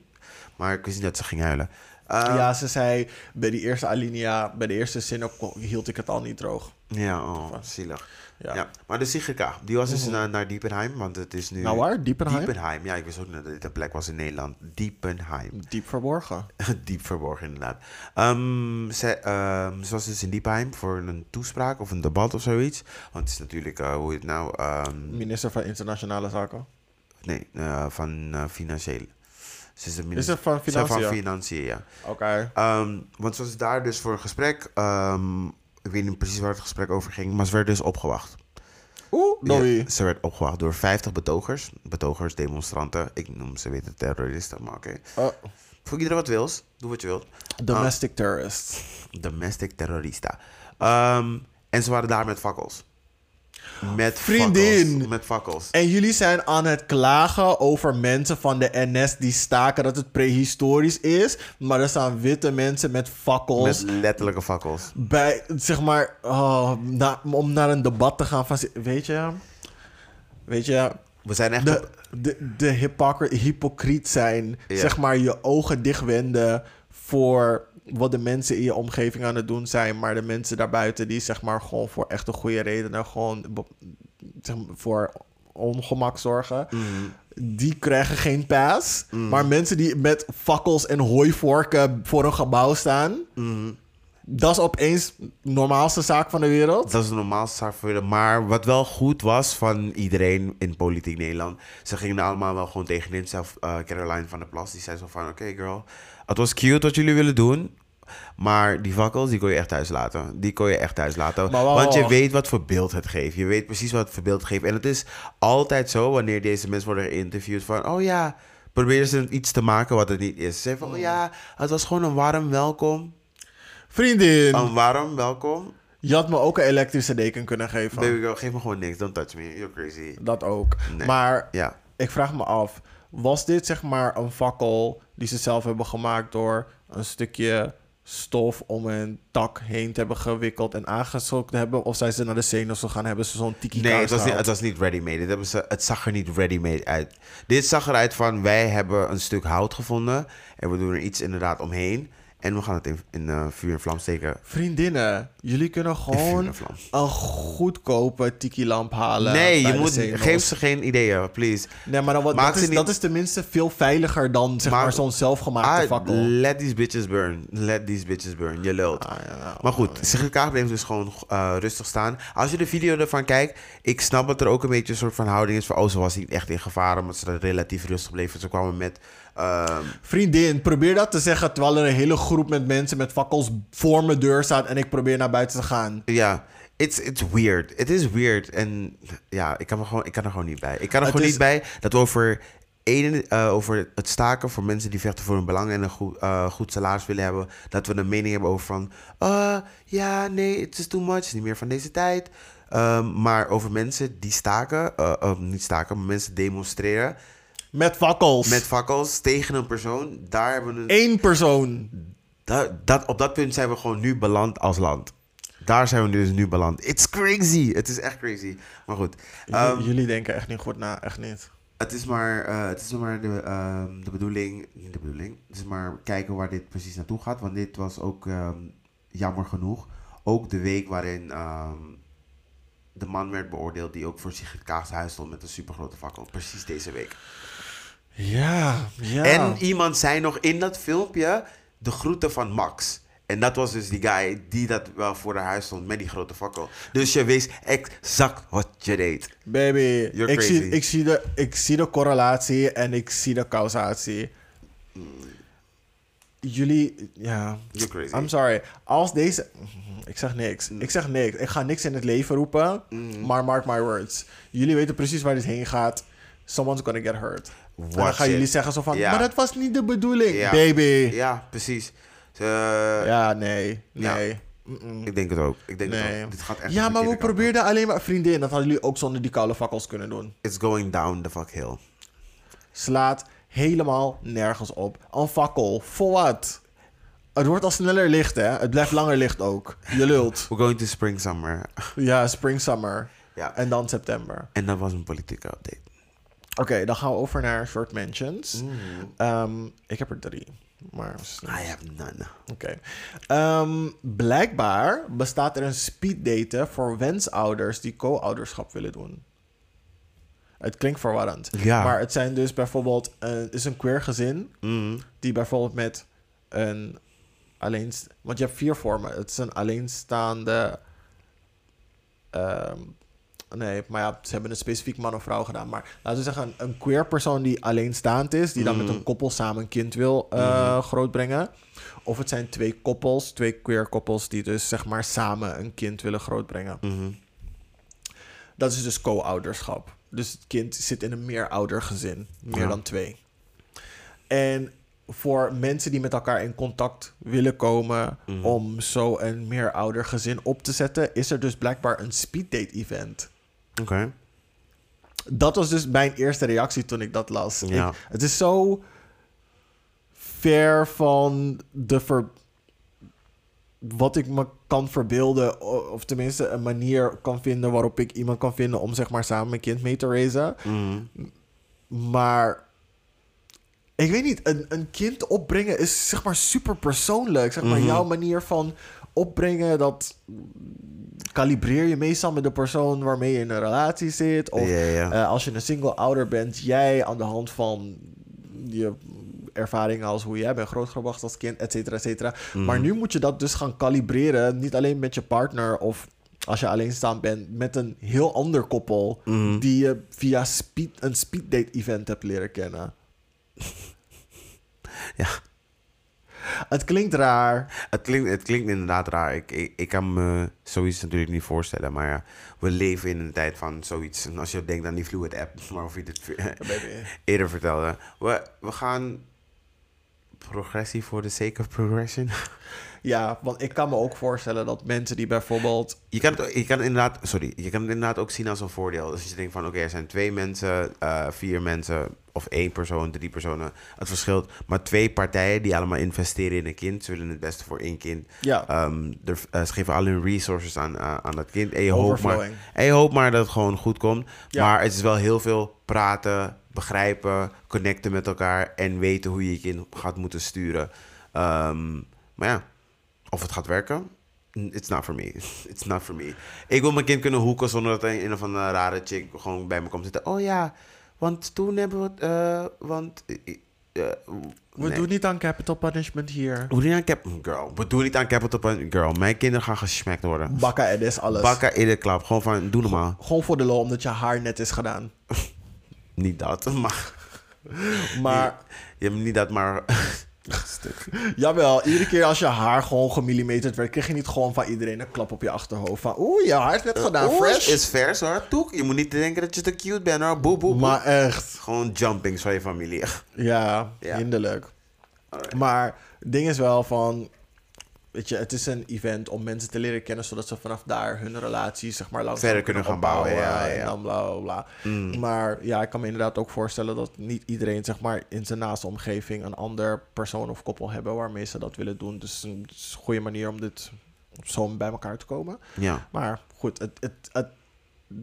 [SPEAKER 2] Maar ik wist niet dat ze ging huilen. Ehm,
[SPEAKER 1] ja, ze zei bij die eerste alinea, bij de eerste zin op, kon- hield ik het al niet droog.
[SPEAKER 2] Ja, oh, zielig. Ja.
[SPEAKER 1] eh, Ja. Oh.
[SPEAKER 2] maar de Sigrid Kaag, die was dus naar, naar Diepenheim, want het is nu...
[SPEAKER 1] Nou waar, Diepenheim?
[SPEAKER 2] Diepenheim, ja, ik wist ook niet dat dit een plek was in Nederland. Diepenheim.
[SPEAKER 1] Diep verborgen.
[SPEAKER 2] Diep verborgen, inderdaad. Ehm, ze, ehm, ze was dus in Diepenheim voor een toespraak of een debat of zoiets. Want het is natuurlijk, eh, hoe heet het nou? ehm,
[SPEAKER 1] Minister van Internationale Zaken.
[SPEAKER 2] nee, eh, van eh financiële. Ze is, de
[SPEAKER 1] Is
[SPEAKER 2] minister
[SPEAKER 1] het van
[SPEAKER 2] Ze is
[SPEAKER 1] Financiën?
[SPEAKER 2] van Financiën, ja.
[SPEAKER 1] Oké.
[SPEAKER 2] Ehm, want ze was daar dus voor een gesprek. ehm, ik weet niet precies waar het gesprek over ging, maar ze werd dus opgewacht.
[SPEAKER 1] Oeh, Louis.
[SPEAKER 2] Ja, ze werd opgewacht door 50 betogers. Betogers, demonstranten. Ik noem ze weten terroristen, maar oké.
[SPEAKER 1] Oh,
[SPEAKER 2] Ah. Voor iedereen wat wils. Doe wat je wilt.
[SPEAKER 1] domestic terrorist.
[SPEAKER 2] Domestic terrorista. Ehm, en ze waren daar met fakkels. Met
[SPEAKER 1] Vriendin.
[SPEAKER 2] fakkels. Met fakkels.
[SPEAKER 1] En jullie zijn aan het klagen over mensen van de NS die staken dat het prehistorisch is. Maar er staan witte mensen met fakkels.
[SPEAKER 2] Met letterlijke fakkels.
[SPEAKER 1] Bij, zeg maar, oh, na- om naar een debat te gaan van... Weet je, weet je,
[SPEAKER 2] We zijn echt...
[SPEAKER 1] de,
[SPEAKER 2] op-
[SPEAKER 1] de, de hypocriet, hypocriet zijn.
[SPEAKER 2] Ja.
[SPEAKER 1] Zeg maar je ogen dichtwenden voor wat de mensen in je omgeving aan het doen zijn. Maar de mensen daarbuiten die zeg maar gewoon voor echt een goede redenen... gewoon be- zeg maar, voor ongemak zorgen.
[SPEAKER 2] Mhm.
[SPEAKER 1] Die krijgen geen paas. Maar mensen die met fakkels en hooivorken voor een gebouw staan...
[SPEAKER 2] Mhm.
[SPEAKER 1] Dat is opeens de normaalste zaak van de wereld.
[SPEAKER 2] Dat is de normaalste zaak voor jullie. Maar wat wel goed was van iedereen in politiek Nederland. Ze gingen er allemaal wel gewoon tegenin. Zelf eh, Caroline van der Plas, die zei zo van... Oké girl, het was cute wat jullie willen doen. Maar die vakkels, die kon je echt thuis laten. Die kon je echt thuis laten.
[SPEAKER 1] Maar wacht,
[SPEAKER 2] Want je
[SPEAKER 1] wacht.
[SPEAKER 2] weet wat voor beeld het geeft. Je weet precies wat het voor beeld het geeft. En het is altijd zo wanneer deze mensen worden geïnterviewd van... Oh ja, proberen ze iets te maken wat het niet is. Ze zeggen van... Oh ja, het was gewoon een warm welkom.
[SPEAKER 1] Vriendin,
[SPEAKER 2] Een warm welkom.
[SPEAKER 1] Je had me ook een elektrische deken kunnen geven.
[SPEAKER 2] Baby girl, geef me gewoon niks. Don't touch me. You're crazy.
[SPEAKER 1] Dat ook.
[SPEAKER 2] Nee.
[SPEAKER 1] Maar
[SPEAKER 2] Ja.
[SPEAKER 1] ik vraag me af, was dit zeg maar een fakkel die ze zelf hebben gemaakt door een stukje stof om een tak heen te hebben gewikkeld en aangezocht te hebben? Of zijn ze naar de zenuws gegaan, hebben ze zo'n tiki
[SPEAKER 2] Nee, het was, niet,
[SPEAKER 1] gehaald?
[SPEAKER 2] het was niet ready-made. Dit hebben ze- Het zag er niet ready-made uit. Dit zag eruit van, wij hebben een stuk hout gevonden... en we doen er iets inderdaad omheen... en we gaan het in, in eh, vuur en vlam steken.
[SPEAKER 1] Vriendinnen, jullie kunnen
[SPEAKER 2] vuur
[SPEAKER 1] gewoon
[SPEAKER 2] en vlam.
[SPEAKER 1] een goedkope tiki-lamp halen.
[SPEAKER 2] nee,
[SPEAKER 1] bij
[SPEAKER 2] je
[SPEAKER 1] de
[SPEAKER 2] moet,
[SPEAKER 1] Zenos.
[SPEAKER 2] geef ze geen ideeën, please.
[SPEAKER 1] Nee, maar dan, wat,
[SPEAKER 2] Maak
[SPEAKER 1] dat,
[SPEAKER 2] ze
[SPEAKER 1] is,
[SPEAKER 2] niet-
[SPEAKER 1] dat is tenminste veel veiliger dan zeg maar,
[SPEAKER 2] Maar-
[SPEAKER 1] zo'n zelfgemaakte
[SPEAKER 2] Ah,
[SPEAKER 1] fakkel.
[SPEAKER 2] let these bitches burn. Let these bitches burn. Je lult. maar goed, Sigrid Kaag bleef dus gewoon eh, rustig staan. Als je de video ervan kijkt, ik snap dat er ook een beetje een soort van houding is van... oh, ze was niet echt in gevaar, omdat ze relatief rustig bleef. Ze kwamen met... ehm,
[SPEAKER 1] Vriendin, probeer dat te zeggen terwijl er een hele groep met mensen met fakkels voor mijn deur staat en ik probeer naar buiten te gaan.
[SPEAKER 2] Ja, it's, it's weird. Het is weird. En ja, ik kan er gewoon, ik kan er gewoon niet bij. Ik kan er
[SPEAKER 1] Het
[SPEAKER 2] gewoon
[SPEAKER 1] is-
[SPEAKER 2] niet bij dat over, één, eh, over het staken voor mensen die vechten voor hun belang en een goed, eh, goed salaris willen hebben, dat we een mening hebben over van, ah, ja, nee, het is too much, het is niet meer van deze tijd. Ehm, maar over mensen die staken, eh, eh, niet staken, maar mensen demonstreren
[SPEAKER 1] Met fakkels.
[SPEAKER 2] met fakkels tegen een persoon, daar hebben we een,
[SPEAKER 1] Eén persoon.
[SPEAKER 2] da- dat, op dat punt zijn we gewoon nu beland als land. Daar zijn we dus nu beland. It's crazy. Het is echt crazy. Maar goed. ehm,
[SPEAKER 1] J- jullie denken echt niet goed na, echt niet.
[SPEAKER 2] het is maar, eh, het is maar de, ehm, de bedoeling. Niet de bedoeling. Het is maar kijken waar dit precies naartoe gaat. Want dit was ook ehm, jammer genoeg. Ook de week waarin ehm, de man werd beoordeeld die ook voor Sigrid Kaag's huis stond met een supergrote fakkel. Precies deze week.
[SPEAKER 1] Ja, ja.
[SPEAKER 2] En iemand zei nog in dat filmpje de groeten van Max. En dat was dus die guy die dat wel voor haar huis stond met die grote fakkel. Dus je wist exact wat je deed.
[SPEAKER 1] Baby,
[SPEAKER 2] You're
[SPEAKER 1] ik zie,
[SPEAKER 2] crazy.
[SPEAKER 1] ik, zie de, ik zie de correlatie en ik zie de causatie. Jullie, ja.
[SPEAKER 2] You're crazy. Mm.
[SPEAKER 1] I'm sorry. Als deze. Ik zeg niks. Ik zeg niks. Ik ga niks in het leven roepen. Maar mark my words. Jullie weten precies waar dit heen gaat. Someone's gonna get hurt. en dan
[SPEAKER 2] Watch
[SPEAKER 1] gaan
[SPEAKER 2] it.
[SPEAKER 1] jullie zeggen zo van.
[SPEAKER 2] Ja.
[SPEAKER 1] Maar dat was niet de bedoeling,
[SPEAKER 2] Ja.
[SPEAKER 1] baby. Ja,
[SPEAKER 2] Ja, precies. Ze-
[SPEAKER 1] nee.
[SPEAKER 2] Ja.
[SPEAKER 1] Nee. Mm-mm.
[SPEAKER 2] Ik denk het ook. Ik denk het
[SPEAKER 1] Nee.
[SPEAKER 2] ook. Dit gaat echt
[SPEAKER 1] ja,
[SPEAKER 2] de
[SPEAKER 1] maar we
[SPEAKER 2] verkeerde kant
[SPEAKER 1] probeerden alleen maar vriendin. Dat hadden jullie ook zonder die koude vakkels kunnen doen.
[SPEAKER 2] op. It's going down the fuck hill.
[SPEAKER 1] slaat helemaal nergens op. Een fakkel, voor wat? Het wordt al sneller licht, hè? Het blijft langer licht ook. Je lult.
[SPEAKER 2] We're going to spring summer.
[SPEAKER 1] Ja, spring, summer.
[SPEAKER 2] Ja.
[SPEAKER 1] En dan september.
[SPEAKER 2] En dat was een politieke update.
[SPEAKER 1] Oké, dan gaan we over naar short mentions. Ehm, ik heb er drie. Maar
[SPEAKER 2] I have none.
[SPEAKER 1] Oké. Ehm, blijkbaar bestaat er een speeddaten voor wensouders die co-ouderschap willen doen. Het klinkt verwarrend.
[SPEAKER 2] Ja.
[SPEAKER 1] Maar het zijn dus bijvoorbeeld... eh, Het is een queer gezin die bijvoorbeeld met een alleen... Want je hebt vier vormen. Het is een alleenstaande... ehm, nee, maar ja, ze hebben een specifiek man of vrouw gedaan. Maar laten we zeggen, een, een queer persoon die alleenstaand is... die dan met een koppel samen een kind wil eh, grootbrengen. Of het zijn twee koppels, twee queer koppels... die dus zeg maar samen een kind willen grootbrengen. Dat is dus co-ouderschap. Dus het kind zit in een meerouder gezin. Meer
[SPEAKER 2] Ja.
[SPEAKER 1] dan twee. En voor mensen die met elkaar in contact willen komen... om zo een meerouder gezin op te zetten... is er dus blijkbaar een speeddate event.
[SPEAKER 2] Oké.
[SPEAKER 1] Dat was dus mijn eerste reactie toen ik dat las.
[SPEAKER 2] Ja.
[SPEAKER 1] Ik- het is zo ver van de ver- wat ik me kan verbeelden, o- of tenminste een manier kan vinden waarop ik iemand kan vinden om zeg maar samen mijn kind mee te raisen.
[SPEAKER 2] Mhm.
[SPEAKER 1] Maar ik weet niet, een, een kind opbrengen is zeg maar super persoonlijk. Zeg maar
[SPEAKER 2] Mhm.
[SPEAKER 1] jouw manier van opbrengen, dat kalibreer je meestal met de persoon waarmee je in een relatie zit. Of
[SPEAKER 2] Ja, ja.
[SPEAKER 1] eh, als je een single ouder bent, jij aan de hand van je ervaringen als hoe jij bent grootgebracht als kind, et cetera, et cetera.
[SPEAKER 2] Mhm.
[SPEAKER 1] Maar nu moet je dat dus gaan kalibreren, niet alleen met je partner of als je alleenstaand bent, met een heel ander koppel
[SPEAKER 2] Mhm.
[SPEAKER 1] die je via speed, een speeddate event hebt leren kennen.
[SPEAKER 2] Ja.
[SPEAKER 1] Het klinkt raar.
[SPEAKER 2] Het klinkt, het klinkt inderdaad raar. Ik, ik, ik kan me zoiets natuurlijk niet voorstellen. Maar ja, we leven in een tijd van zoiets. En als je denkt aan die Fluid app, waarover je dit
[SPEAKER 1] Baby.
[SPEAKER 2] eerder vertelde. We, we gaan progressie voor de sake of progression.
[SPEAKER 1] Ja, want ik kan me ook voorstellen dat mensen die bijvoorbeeld...
[SPEAKER 2] Je kan, het, je kan het inderdaad, sorry, je kan het inderdaad ook zien als een voordeel. Dus je denkt van, oké, er zijn twee mensen, eh, vier mensen of één persoon, drie personen. Het verschilt. Maar twee partijen die allemaal investeren in een kind, zullen het beste voor één kind.
[SPEAKER 1] Ja,
[SPEAKER 2] Ehm, er, eh, ze geven al hun resources aan, eh, aan dat kind. En je, hoopt maar,
[SPEAKER 1] overflowing.
[SPEAKER 2] en je hoopt maar dat het gewoon goed komt.
[SPEAKER 1] Ja.
[SPEAKER 2] Maar het is wel heel veel praten, begrijpen, connecten met elkaar en weten hoe je je kind gaat moeten sturen. Ehm, maar ja, of het gaat werken, n- it's not for me. It's not for me. Ik wil mijn kind kunnen hoeken zonder dat een, een of andere rare chick gewoon bij me komt zitten. Oh ja, want toen hebben we... het, eh, want... eh, eh,
[SPEAKER 1] We
[SPEAKER 2] nee.
[SPEAKER 1] doen niet aan capital punishment hier.
[SPEAKER 2] We doen niet aan cap girl. We doen niet aan capital punishment girl. Mijn kinderen gaan gesmakt worden.
[SPEAKER 1] Bakken en is alles.
[SPEAKER 2] Bakken in de klap. Gewoon van, doe normaal.
[SPEAKER 1] Gewoon voor de lol, omdat je haar net is gedaan.
[SPEAKER 2] Niet dat, maar...
[SPEAKER 1] Maar
[SPEAKER 2] Je hebt niet dat, maar... Stuk.
[SPEAKER 1] jawel, iedere keer als je haar gewoon gemillimeterd werd, kreeg je niet gewoon van iedereen een klap op je achterhoofd. Van oeh, je haar is net gedaan,
[SPEAKER 2] Oeh,
[SPEAKER 1] fresh.
[SPEAKER 2] is vers hoor. Toek. Je moet niet denken dat je te cute bent hoor. Boe, boe, boe.
[SPEAKER 1] Maar echt,
[SPEAKER 2] Gewoon jumpings van je familie.
[SPEAKER 1] ja,
[SPEAKER 2] Ja.
[SPEAKER 1] hinderlijk.
[SPEAKER 2] Alright.
[SPEAKER 1] Maar het ding is wel van, weet je, het is een event om mensen te leren kennen, zodat ze vanaf daar hun relatie, zeg maar, langzaam
[SPEAKER 2] Verder kunnen gaan bouwen, ja, ja. Mm.
[SPEAKER 1] En dan bla, bla, bla. Maar ja, ik kan me inderdaad ook voorstellen dat niet iedereen, zeg maar, in zijn naaste omgeving een ander persoon of koppel hebben waarmee ze dat willen doen. Dus een- het is een goede manier om dit zo bij elkaar te komen.
[SPEAKER 2] Ja.
[SPEAKER 1] Maar goed, het, het, het,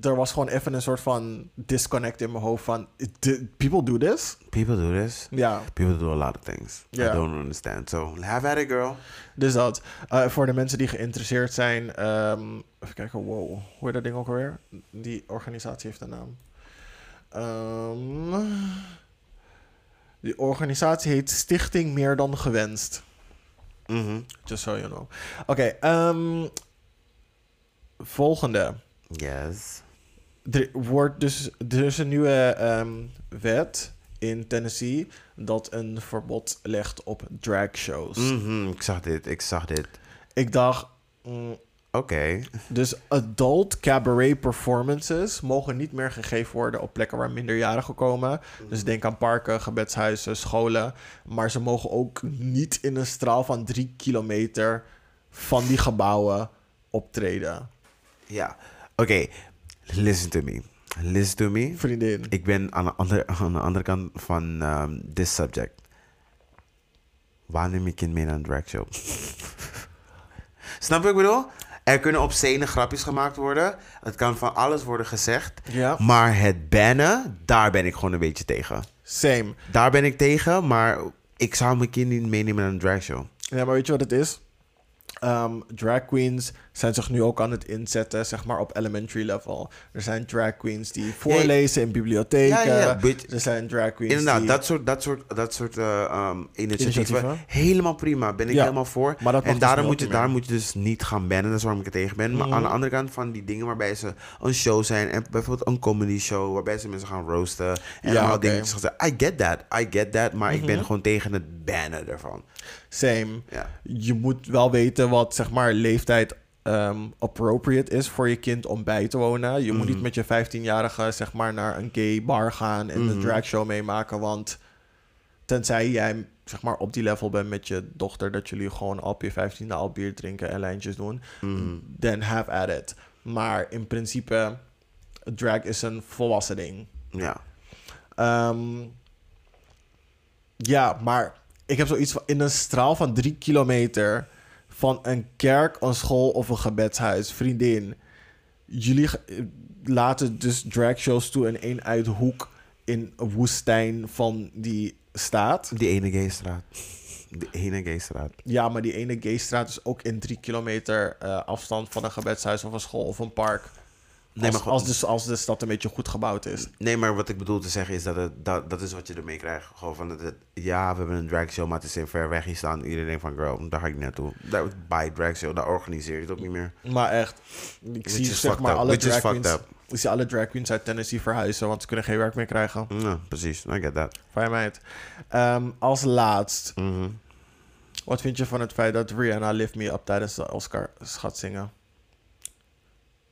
[SPEAKER 1] er was gewoon even een soort van disconnect in mijn hoofd van, "Di- people do this?
[SPEAKER 2] People do this.
[SPEAKER 1] Ja.
[SPEAKER 2] People do a lot of things.
[SPEAKER 1] Ja.
[SPEAKER 2] I don't understand. So, have at it girl.
[SPEAKER 1] Dus dat. Eh, voor de mensen die geïnteresseerd zijn. ehm, even kijken, wow. Hoe heet dat ding ook alweer? Die organisatie heeft een naam. Ehm, die organisatie heet Stichting Meer Dan Gewenst.
[SPEAKER 2] Mhm.
[SPEAKER 1] Just so you know. Oké, ehm, volgende.
[SPEAKER 2] Yes.
[SPEAKER 1] Er, wordt dus, er is een nieuwe ehm, wet in Tennessee dat een verbod legt op dragshows.
[SPEAKER 2] Mhm. Ik zag dit. Ik zag dit.
[SPEAKER 1] Ik dacht, mm,
[SPEAKER 2] Oké.
[SPEAKER 1] Dus adult cabaret performances mogen niet meer gegeven worden op plekken waar minderjarigen komen. Dus denk aan parken, gebedshuizen, scholen. Maar ze mogen ook niet in een straal van drie kilometer van die gebouwen optreden.
[SPEAKER 2] Ja, oké. Listen to me. Listen to me.
[SPEAKER 1] Vriendin.
[SPEAKER 2] Ik ben aan de andere, aan de andere kant van ehm this subject. Waar neem je kind mee naar een dragshow? Snap je wat ik bedoel? Er kunnen obscene grapjes gemaakt worden. Het kan van alles worden gezegd.
[SPEAKER 1] Ja.
[SPEAKER 2] Maar het bannen, daar ben ik gewoon een beetje tegen.
[SPEAKER 1] Same.
[SPEAKER 2] Daar ben ik tegen, maar ik zou mijn kind niet meenemen naar een dragshow.
[SPEAKER 1] Ja, maar weet je wat het is? Ehm, drag queens zijn zich nu ook aan het inzetten, zeg maar op elementary level. Er zijn drag queens die voorlezen in bibliotheken.
[SPEAKER 2] Ja, ja, ja, bitch.
[SPEAKER 1] Er zijn drag queens
[SPEAKER 2] Inderdaad,
[SPEAKER 1] die...
[SPEAKER 2] dat soort, dat soort, dat soort eh, ehm, initiatieven.
[SPEAKER 1] Initiatieven.
[SPEAKER 2] Helemaal prima, ben ik
[SPEAKER 1] Ja,
[SPEAKER 2] helemaal voor.
[SPEAKER 1] maar dat mag dus
[SPEAKER 2] en daarom
[SPEAKER 1] nu ook
[SPEAKER 2] moet, je,
[SPEAKER 1] niet meer.
[SPEAKER 2] daar moet je dus niet gaan bannen, dat is waarom ik er tegen ben.
[SPEAKER 1] Mhm.
[SPEAKER 2] Maar aan de andere kant van die dingen waarbij ze een show zijn, en bijvoorbeeld een comedy show, waarbij ze mensen gaan roosten. En
[SPEAKER 1] Ja,
[SPEAKER 2] allemaal
[SPEAKER 1] oké. Mhm.
[SPEAKER 2] dingetjes gaan zeggen. I get that, I get that, maar ik ben gewoon tegen het bannen daarvan.
[SPEAKER 1] Same.
[SPEAKER 2] Ja.
[SPEAKER 1] Je moet wel weten wat, zeg maar, leeftijd ehm, appropriate is voor je kind om bij te wonen. Je moet niet met je 15-jarige, zeg maar, naar een gay bar gaan en een dragshow meemaken. Want tenzij jij, zeg maar, op die level bent met je dochter, dat jullie gewoon op je 15e al bier drinken en lijntjes doen, then have at it. Maar in principe, drag is een volwassen ding.
[SPEAKER 2] Ja.
[SPEAKER 1] Ehm, ja, maar ik heb zoiets van in een straal van drie kilometer van een kerk, een school of een gebedshuis, vriendin. Jullie ge- eh, laten dus dragshows toe in één uithoek in een woestijn van die staat.
[SPEAKER 2] Die ene gaystraat. Die ene gaystraat.
[SPEAKER 1] Ja, maar die ene gaystraat is ook in drie kilometer eh, afstand van een gebedshuis of een school of een park.
[SPEAKER 2] Nee,
[SPEAKER 1] als,
[SPEAKER 2] maar goed.
[SPEAKER 1] als, dus, als de stad een beetje goed gebouwd is.
[SPEAKER 2] Nee, maar wat ik bedoel te zeggen is dat het, dat, dat is wat je ermee krijgt. Gewoon van dat het, ja, we hebben een dragshow, maar het is in ver weg. Hier staan iedereen denkt van, girl, daar ga ik niet naartoe. Daar, bij dragshow, daar organiseer je het ook niet meer.
[SPEAKER 1] Maar echt, ik zie
[SPEAKER 2] is
[SPEAKER 1] zeg
[SPEAKER 2] fucked
[SPEAKER 1] maar
[SPEAKER 2] up.
[SPEAKER 1] alle
[SPEAKER 2] Which is
[SPEAKER 1] drag
[SPEAKER 2] fucked
[SPEAKER 1] queens.
[SPEAKER 2] up.
[SPEAKER 1] Ik zie alle drag queens uit Tennessee verhuizen, want ze kunnen geen werk meer krijgen.
[SPEAKER 2] Ja, precies. I get that.
[SPEAKER 1] Fijn meid. Ehm, als laatst,
[SPEAKER 2] Mhm.
[SPEAKER 1] wat vind je van het feit dat Rihanna Lift Me Up tijdens de Oscar gaat zingen?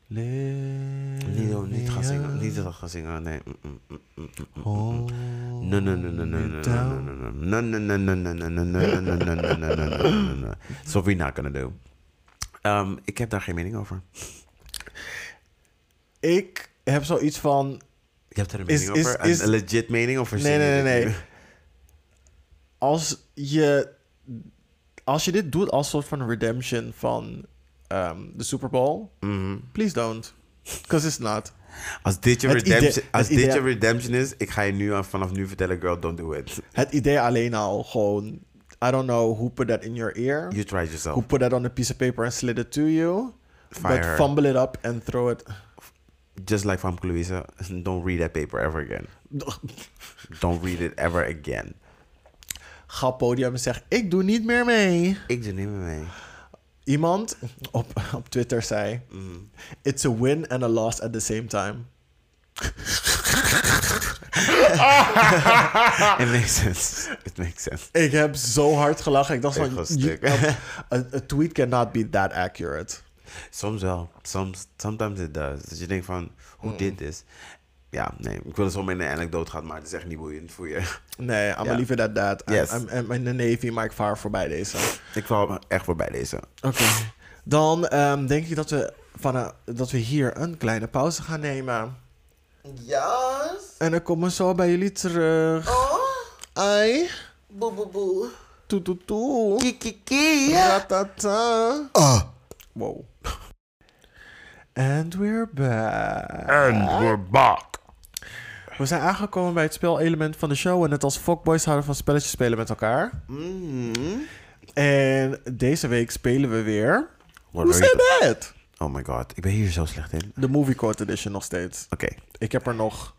[SPEAKER 2] Niet, niet gaan zingen. Niet dat gaan zingen, nee. Mm, mm, mm, mm, mm, mm, mm. No, no, no, no, no, no, no, no, no, no, no, no, no, no, no, no, no, no, no, no, no, no, no, no, no. That's what we're not gonna do. Ehm, ik heb daar geen mening over.
[SPEAKER 1] Ik heb zoiets van...
[SPEAKER 2] Je hebt er een
[SPEAKER 1] Is-
[SPEAKER 2] mening
[SPEAKER 1] is-
[SPEAKER 2] over? Een-
[SPEAKER 1] is-
[SPEAKER 2] een legit mening of verzin
[SPEAKER 1] Nee, nee,
[SPEAKER 2] je dit
[SPEAKER 1] nee,
[SPEAKER 2] nu?
[SPEAKER 1] nee. Als je, als je dit doet als soort van redemption van ehm, de Super Bowl,
[SPEAKER 2] Mhm.
[SPEAKER 1] please don't. Because it's not.
[SPEAKER 2] Als dit je
[SPEAKER 1] Het idee-
[SPEAKER 2] redemption, als
[SPEAKER 1] het
[SPEAKER 2] dit je
[SPEAKER 1] idee-
[SPEAKER 2] redemption is, ik ga je nu aan- vanaf nu vertellen, girl, don't do it.
[SPEAKER 1] Het idee alleen al gewoon... I don't know who put that in your ear.
[SPEAKER 2] You tried
[SPEAKER 1] Who
[SPEAKER 2] yourself.
[SPEAKER 1] put that on a piece of paper and slid it to you.
[SPEAKER 2] Fire
[SPEAKER 1] But
[SPEAKER 2] her.
[SPEAKER 1] fumble it up and throw it...
[SPEAKER 2] Just like Famke Louisa, don't read that paper ever again. Don't read it ever again.
[SPEAKER 1] Ga op podium en zeg, ik doe niet meer mee.
[SPEAKER 2] Ik doe niet meer mee.
[SPEAKER 1] Iemand op, op Twitter zei...
[SPEAKER 2] Mm.
[SPEAKER 1] It's a win and a loss at the same time.
[SPEAKER 2] It makes sense. It makes sense.
[SPEAKER 1] Ik heb zo hard gelachen. Ik dacht
[SPEAKER 2] Ik
[SPEAKER 1] van...
[SPEAKER 2] was stuk.
[SPEAKER 1] je- een- een tweet cannot be that accurate.
[SPEAKER 2] Soms wel. Soms, sometimes it does. Dat je denkt van, hoe did this? Ja, nee. Ik wil zo meteen een anekdote gaan, maar het is echt niet boeiend voor je.
[SPEAKER 1] Nee, I'm
[SPEAKER 2] Ja.
[SPEAKER 1] a liever that that. I'm-
[SPEAKER 2] Yes.
[SPEAKER 1] I'm, I'm in the Navy, maar ik vaar voorbij deze. Oké.
[SPEAKER 2] Ik val echt voorbij deze.
[SPEAKER 1] Dan ehm, denk ik dat we, van, eh, dat we hier een kleine pauze gaan nemen.
[SPEAKER 2] Yes.
[SPEAKER 1] En dan komen we zo bij jullie terug.
[SPEAKER 2] Oh.
[SPEAKER 1] Ai.
[SPEAKER 2] Boe, boe, boe.
[SPEAKER 1] Toe, toe, toe.
[SPEAKER 2] Kikiki.
[SPEAKER 1] Ratata. Ah. Wow. And we're back.
[SPEAKER 2] And we're back.
[SPEAKER 1] We zijn aangekomen bij het spelelement van de show. En net als fuckboys houden van spelletjes spelen met elkaar.
[SPEAKER 2] Mm.
[SPEAKER 1] En deze week spelen we weer...
[SPEAKER 2] What
[SPEAKER 1] Who
[SPEAKER 2] are you-
[SPEAKER 1] said that?
[SPEAKER 2] Oh my god, ik ben hier zo slecht in. Oké,
[SPEAKER 1] De Movie Court Edition nog steeds. Ik heb er nog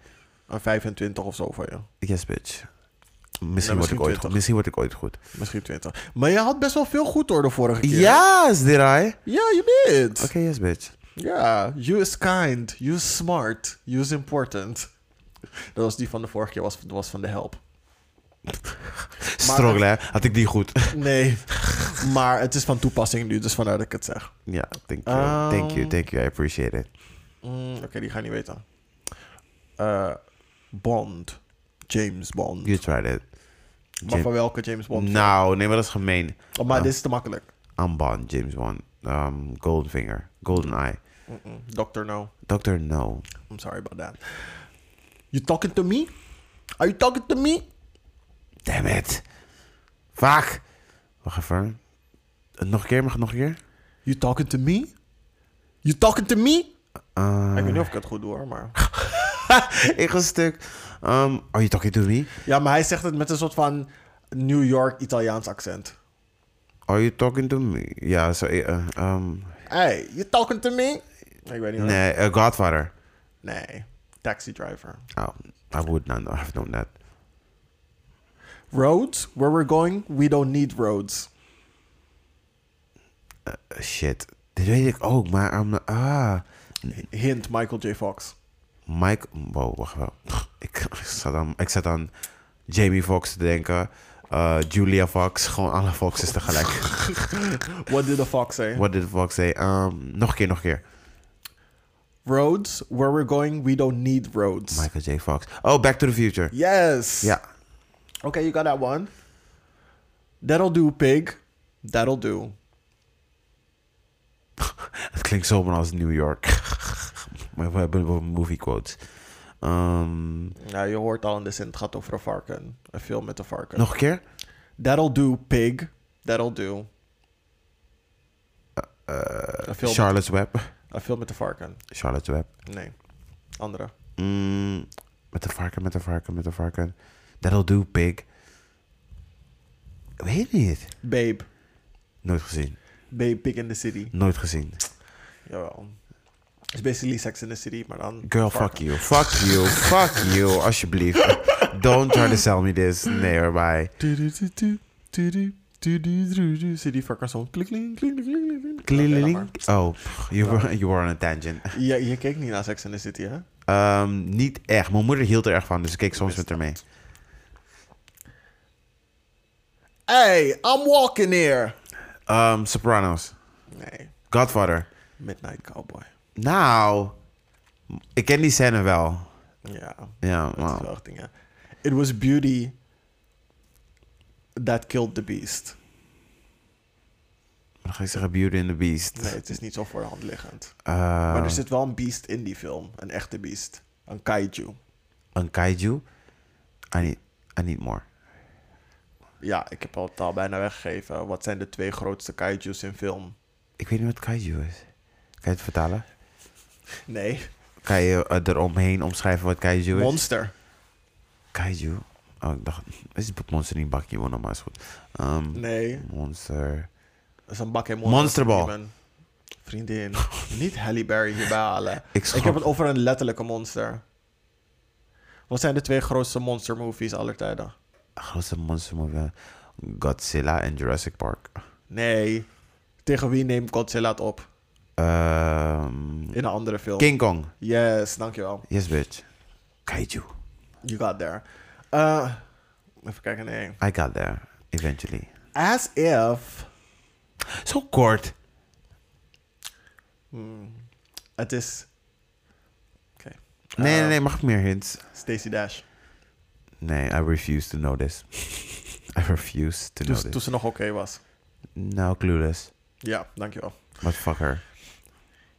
[SPEAKER 1] een 25 of zo van je.
[SPEAKER 2] yes bitch. Misschien, word
[SPEAKER 1] misschien
[SPEAKER 2] ik ooit
[SPEAKER 1] 20.
[SPEAKER 2] goed. misschien word ik ooit goed.
[SPEAKER 1] Misschien 20. Maar je had best wel veel goed door de vorige keer.
[SPEAKER 2] Yes, did I? Oké,
[SPEAKER 1] Ja, je bent.
[SPEAKER 2] yes bitch.
[SPEAKER 1] Ja, you is kind, you is smart, you is important. Dat was die van de vorige keer, was, was van de help.
[SPEAKER 2] Struggle, hè? Had ik die goed?
[SPEAKER 1] Nee, maar het is van toepassing nu, dus vandaar dat ik het zeg.
[SPEAKER 2] ja, thank you. thank you,
[SPEAKER 1] Um,
[SPEAKER 2] thank you. I appreciate it.
[SPEAKER 1] Mm, Oké, die ga je niet weten. Eh, Bond. James Bond.
[SPEAKER 2] You tried it.
[SPEAKER 1] Maar
[SPEAKER 2] Jam-
[SPEAKER 1] van welke James Bond?
[SPEAKER 2] nou, nee, maar dat is gemeen.
[SPEAKER 1] Oh, maar
[SPEAKER 2] Ah.
[SPEAKER 1] dit is te makkelijk.
[SPEAKER 2] I'm Bond, James Bond. Um, Goldfinger. Golden Eye.
[SPEAKER 1] Mm-mm. Doctor No.
[SPEAKER 2] Dr. No.
[SPEAKER 1] I'm sorry about that. You talking to me? Are you talking to me?
[SPEAKER 2] Damn it. Vaak. Wacht even. Eh, Nog een keer, mag het nog een keer?
[SPEAKER 1] You talking to me? You talking to me?
[SPEAKER 2] Eh,
[SPEAKER 1] Ik weet niet of ik het goed doe hoor, maar...
[SPEAKER 2] ik een stuk. Um, are you talking to me?
[SPEAKER 1] Ja, maar hij zegt het met een soort van New York Italiaans accent.
[SPEAKER 2] Are you talking to me? Ja, zo. eh, um,
[SPEAKER 1] Hey, you talking to me? Ik weet niet hoor.
[SPEAKER 2] nee, eh, Godfather.
[SPEAKER 1] Nee. Taxi driver.
[SPEAKER 2] Oh, I would not have known that.
[SPEAKER 1] Roads, where we're going, we don't need roads.
[SPEAKER 2] Eh, shit. Dit weet ik ook, maar... I'm not- ah.
[SPEAKER 1] Hint, Michael J. Fox.
[SPEAKER 2] Mike... Wow, wacht wel. Ik, ik, zat aan, ik zat aan Jamie Foxx te denken. eh, Julia Fox. Gewoon alle Foxes tegelijk.
[SPEAKER 1] What did the fox say?
[SPEAKER 2] What did Fox say? Um, nog een keer, nog een keer.
[SPEAKER 1] Roads, where we're going, we don't need roads.
[SPEAKER 2] Michael J. Fox. Oh, Back to the Future.
[SPEAKER 1] Yes.
[SPEAKER 2] Ja.
[SPEAKER 1] Okay, you got that one. That'll do, pig. That'll do.
[SPEAKER 2] Het klinkt zomaar als New York. maar we hebben wel movie quotes. Ehm,
[SPEAKER 1] Ja, je hoort al in de zin, het gaat over een varken. Een film met een varken.
[SPEAKER 2] nog een keer?
[SPEAKER 1] That'll do, pig. That'll do. een, film met,
[SPEAKER 2] Charlotte's Web.
[SPEAKER 1] een film met een varken.
[SPEAKER 2] Charlotte's Web.
[SPEAKER 1] Nee. Andere.
[SPEAKER 2] Mm, met de varken, met de varken, met de varken. That'll do, pig. Ik Weet niet.
[SPEAKER 1] Babe.
[SPEAKER 2] Nooit gezien.
[SPEAKER 1] Babe, pig in the city.
[SPEAKER 2] Nooit gezien.
[SPEAKER 1] Jawel. It's basically Sex in the City, maar dan...
[SPEAKER 2] Girl,
[SPEAKER 1] varken.
[SPEAKER 2] fuck you. Fuck you. Fuck you. Alsjeblieft. Don't try to sell me this. Nee hoor, bye.
[SPEAKER 1] Tudu-tudu, tudu, tudu-tudu. Zie die varkens zo. Klik, klik, klik, klik, klik, klik. Oké, laat
[SPEAKER 2] Klililink. Oh, pff, you were, you were on a tangent.
[SPEAKER 1] maar. Ja, je keek niet naar Sex in the City, hè?
[SPEAKER 2] Ehm, niet echt. Mijn moeder hield er erg van, dus ik keek soms met haar mee.
[SPEAKER 1] Hey, I'm walking here.
[SPEAKER 2] Ehm, Sopranos.
[SPEAKER 1] Nee,
[SPEAKER 2] Godfather.
[SPEAKER 1] Midnight Cowboy.
[SPEAKER 2] Nou, ik ken die scène wel.
[SPEAKER 1] Ja,
[SPEAKER 2] Ja,
[SPEAKER 1] dat is
[SPEAKER 2] maar
[SPEAKER 1] wel echt ding, hè. It was beauty that killed the beast.
[SPEAKER 2] Dan ga ik zeggen Beauty and the Beast.
[SPEAKER 1] Nee, het is niet zo voor de hand liggend.
[SPEAKER 2] Eh,
[SPEAKER 1] Maar dus- er zit wel een beest in die film. Een echte beest. Een kaiju.
[SPEAKER 2] Een kaiju. I need, I need more.
[SPEAKER 1] Ja, ik heb al het al bijna weggegeven. Wat zijn de twee grootste kaiju's in film?
[SPEAKER 2] Ik weet niet wat kaiju is. Kan je het vertalen?
[SPEAKER 1] Nee,
[SPEAKER 2] Kan je eh, eromheen omschrijven wat kaiju is?
[SPEAKER 1] monster.
[SPEAKER 2] Kaiju. Oh, ik dacht, is het monster niet bakje wonen, maar is goed. Ehm,
[SPEAKER 1] Nee,
[SPEAKER 2] Monster.
[SPEAKER 1] dat is een bak in
[SPEAKER 2] Monsterball.
[SPEAKER 1] Demon. Vriendin, niet Halle Berry hierbij halen.
[SPEAKER 2] Ik schrok.
[SPEAKER 1] Ik heb het over een letterlijke monster. Wat zijn de twee grootste monstermovies aller tijden?
[SPEAKER 2] Grootste monster movie. Godzilla en Jurassic Park.
[SPEAKER 1] Nee. Tegen wie neemt Godzilla het op?
[SPEAKER 2] Ehm,
[SPEAKER 1] In een andere film.
[SPEAKER 2] King Kong.
[SPEAKER 1] Yes, dankjewel.
[SPEAKER 2] Yes, bitch. Kaiju.
[SPEAKER 1] You got there. Eh, even kijken, nee.
[SPEAKER 2] I got there. Eventually.
[SPEAKER 1] As if...
[SPEAKER 2] Zo kort.
[SPEAKER 1] Hmm, het is... Oké.
[SPEAKER 2] Nee, nee,
[SPEAKER 1] Eh,
[SPEAKER 2] nee. Mag ik meer hints?
[SPEAKER 1] Stacey Dash.
[SPEAKER 2] Nee, I refuse to know this. I refuse to
[SPEAKER 1] Toen,
[SPEAKER 2] know
[SPEAKER 1] toen
[SPEAKER 2] this.
[SPEAKER 1] ze nog oké was.
[SPEAKER 2] Nou, clueless.
[SPEAKER 1] Ja, dankjewel.
[SPEAKER 2] What fuck her.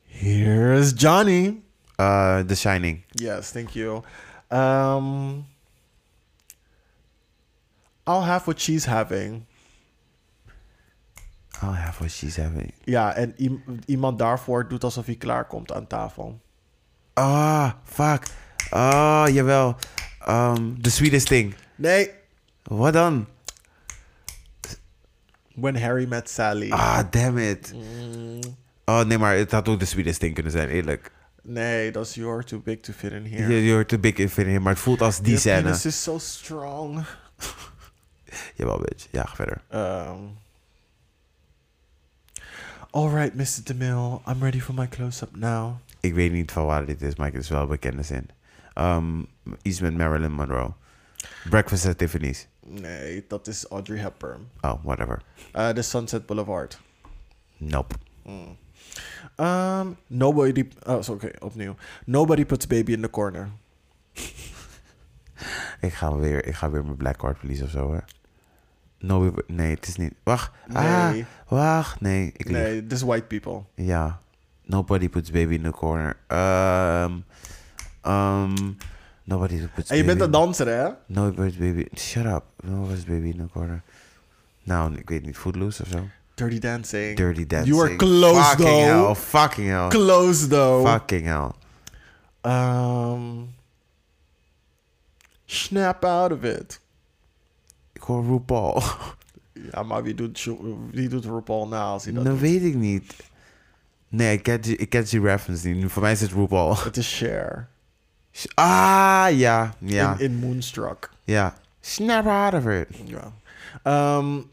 [SPEAKER 1] Here's Johnny.
[SPEAKER 2] Uh, The Shining.
[SPEAKER 1] Yes, thank you. Um, I'll have what she's having.
[SPEAKER 2] I'll have what she's having.
[SPEAKER 1] Ja, en i- iemand daarvoor doet alsof hij klaarkomt aan tafel.
[SPEAKER 2] Ah, fuck. Ah, jawel. Um, the Sweetest Thing.
[SPEAKER 1] Nee.
[SPEAKER 2] Wat dan?
[SPEAKER 1] When Harry met Sally.
[SPEAKER 2] Ah, damn it.
[SPEAKER 1] Mm,
[SPEAKER 2] Oh, nee, maar het had ook The Sweetest Thing kunnen zijn, eerlijk.
[SPEAKER 1] nee, dat is You're Too Big to Fit in Here.
[SPEAKER 2] You- You're too big in here, maar het voelt als die
[SPEAKER 1] Your
[SPEAKER 2] scène.
[SPEAKER 1] penis is so strong.
[SPEAKER 2] Jawel, bitch. Ja, ga verder.
[SPEAKER 1] Um, All right, Mr. DeMille. I'm ready for my close-up now.
[SPEAKER 2] Ik weet niet van waar dit is, maar het is wel een bekende zin. Um, iets met Marilyn Monroe. Breakfast at Tiffany's.
[SPEAKER 1] Nee, dat is Audrey Hepburn.
[SPEAKER 2] Oh, whatever.
[SPEAKER 1] Uh, the Sunset Boulevard.
[SPEAKER 2] Nope.
[SPEAKER 1] Mm. Um, nobody. Oh, sorry, oké, opnieuw. Nobody puts baby in the corner.
[SPEAKER 2] Ik ga weer, ik ga weer mijn black card verliezen of zo, hè. No, we- nee, het is niet. Wacht. Ah,
[SPEAKER 1] Nee,
[SPEAKER 2] wacht. Nee, ik lieg.
[SPEAKER 1] nee, this is white people.
[SPEAKER 2] Ja. Nobody puts baby in the corner. Ehm ehm nobody puts
[SPEAKER 1] En je bent
[SPEAKER 2] baby
[SPEAKER 1] een danser, hè?
[SPEAKER 2] in- Nobody puts baby... Shut up. Nobody puts baby in the corner. Nou, ik weet niet. Footloose of zo?
[SPEAKER 1] Dirty dancing.
[SPEAKER 2] Dirty Dancing.
[SPEAKER 1] You are close,
[SPEAKER 2] Fucking
[SPEAKER 1] though.
[SPEAKER 2] hell. Fucking hell.
[SPEAKER 1] Close though.
[SPEAKER 2] Fucking hell.
[SPEAKER 1] Um, snap out of it.
[SPEAKER 2] Ik hoor RuPaul.
[SPEAKER 1] Ja, maar wie doet, Ju- wie doet RuPaul na als hij dat
[SPEAKER 2] Dat
[SPEAKER 1] doet?
[SPEAKER 2] weet ik niet. Nee, ik ken, die- ik ken die reference niet. Voor mij is het RuPaul.
[SPEAKER 1] Het is Cher.
[SPEAKER 2] Ah, ja. Ja.
[SPEAKER 1] In, in Moonstruck.
[SPEAKER 2] Ja. Snap out of it.
[SPEAKER 1] Ja. Um,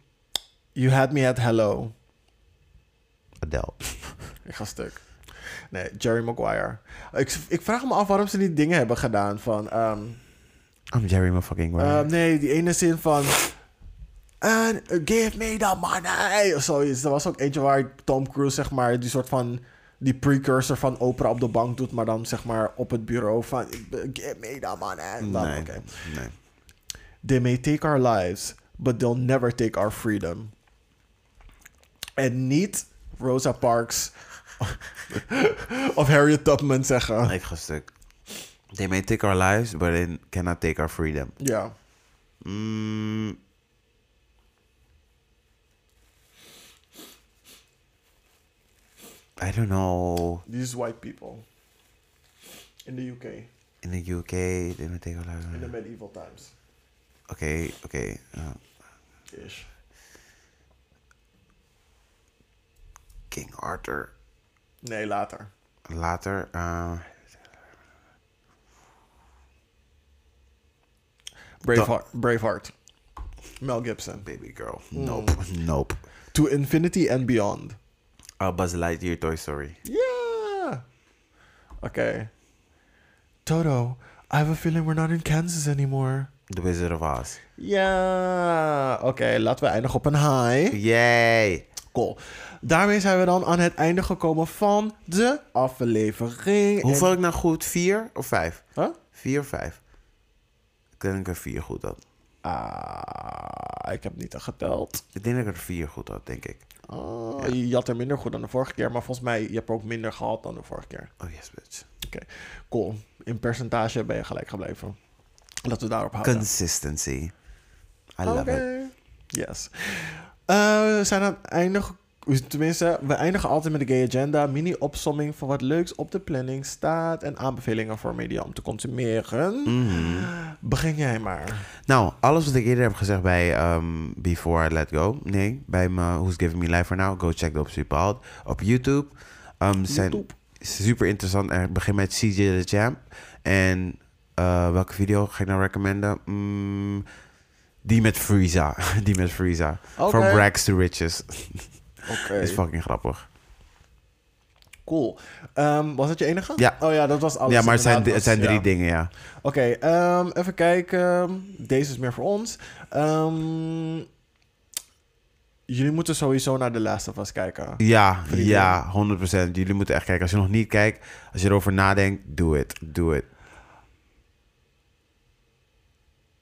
[SPEAKER 1] you had me at hello.
[SPEAKER 2] Adele.
[SPEAKER 1] Ik ga stuk. Nee, Jerry Maguire. Ik, ik vraag me af waarom ze die dingen hebben gedaan van... ehm,
[SPEAKER 2] I'm Jerry my fucking
[SPEAKER 1] ehm, nee, die ene zin van... And give me the money. Of zoiets. Er was ook eentje waar Tom Cruise, zeg maar, die soort van... Die precursor van Oprah op de bank doet, maar dan zeg maar op het bureau van... Give me the money. Dan,
[SPEAKER 2] nee.
[SPEAKER 1] oké.
[SPEAKER 2] nee.
[SPEAKER 1] They may take our lives, but they'll never take our freedom. En niet Rosa Parks of Harriet Tubman zeggen.
[SPEAKER 2] Ik ga stuk. They may take our lives, but they cannot take our freedom.
[SPEAKER 1] Ja.
[SPEAKER 2] Mm. I don't know.
[SPEAKER 1] These white people. In the UK.
[SPEAKER 2] In the UK, they may take our lives.
[SPEAKER 1] In the
[SPEAKER 2] Oké,
[SPEAKER 1] medieval times.
[SPEAKER 2] oké. uh,
[SPEAKER 1] Ish.
[SPEAKER 2] King Arthur.
[SPEAKER 1] Nee, later.
[SPEAKER 2] Later. Uh,
[SPEAKER 1] Braveheart. Braveheart. Mel Gibson.
[SPEAKER 2] baby girl. Nope. Nope.
[SPEAKER 1] To infinity and beyond.
[SPEAKER 2] Uh, Buzz Lightyear, Toy Story.
[SPEAKER 1] Yeah. Okay. Toto, I have a feeling we're not in Kansas anymore.
[SPEAKER 2] The Wizard of Oz.
[SPEAKER 1] Ja, oké, laten we eindigen op een high.
[SPEAKER 2] Yay!
[SPEAKER 1] Cool. Daarmee zijn we dan aan het einde gekomen van de aflevering.
[SPEAKER 2] Hoeveel ik nou goed? Vier of vijf?
[SPEAKER 1] En- Huh?
[SPEAKER 2] Vier of vijf? Ik denk dat ik er vier goed had.
[SPEAKER 1] Ah, ik heb niet aan geteld.
[SPEAKER 2] Ik denk dat ik er vier goed had, denk ik.
[SPEAKER 1] Ah, Je had er minder goed dan de vorige keer, maar volgens mij je hebt ook minder gehad dan de vorige keer.
[SPEAKER 2] Oh yes, bitch.
[SPEAKER 1] Oké, cool. In percentage ben je gelijk gebleven. Laten we daarop houden.
[SPEAKER 2] Consistency. I love it.
[SPEAKER 1] Oké. Yes. Eh, we zijn aan het einde. ge- Tenminste, we eindigen altijd met de gay agenda. Mini-opsomming van wat leuks op de planning staat. En aanbevelingen voor media om te consumeren.
[SPEAKER 2] Mm. Mm-hmm.
[SPEAKER 1] Begin jij maar.
[SPEAKER 2] Nou, alles wat ik eerder heb gezegd bij ehm, Before I Let Go. Nee, bij mijn Who's Giving Me Life For Now. Go check dat op Superhald. Op YouTube. Ehm, zijn
[SPEAKER 1] YouTube.
[SPEAKER 2] super interessant. Ik begin met CJ The Champ. En eh, welke video ga ik nou recommenden? Mm, die met Frieza. die met Frieza.
[SPEAKER 1] Oké.
[SPEAKER 2] From Rags to Riches.
[SPEAKER 1] Oké.
[SPEAKER 2] Is fucking grappig.
[SPEAKER 1] Cool. Ehm, was dat je enige?
[SPEAKER 2] Ja.
[SPEAKER 1] Oh ja, dat was alles.
[SPEAKER 2] ja, maar het zijn,
[SPEAKER 1] inderdaad.
[SPEAKER 2] het zijn drie
[SPEAKER 1] Ja.
[SPEAKER 2] dingen, ja.
[SPEAKER 1] Oké, ehm, even kijken. Deze is meer voor ons. Ehm, jullie moeten sowieso naar The Last of Us kijken.
[SPEAKER 2] Ja,
[SPEAKER 1] Vrienden.
[SPEAKER 2] ja, 100%. Jullie moeten echt kijken. Als je nog niet kijkt, als je erover nadenkt, doe het. Doe het.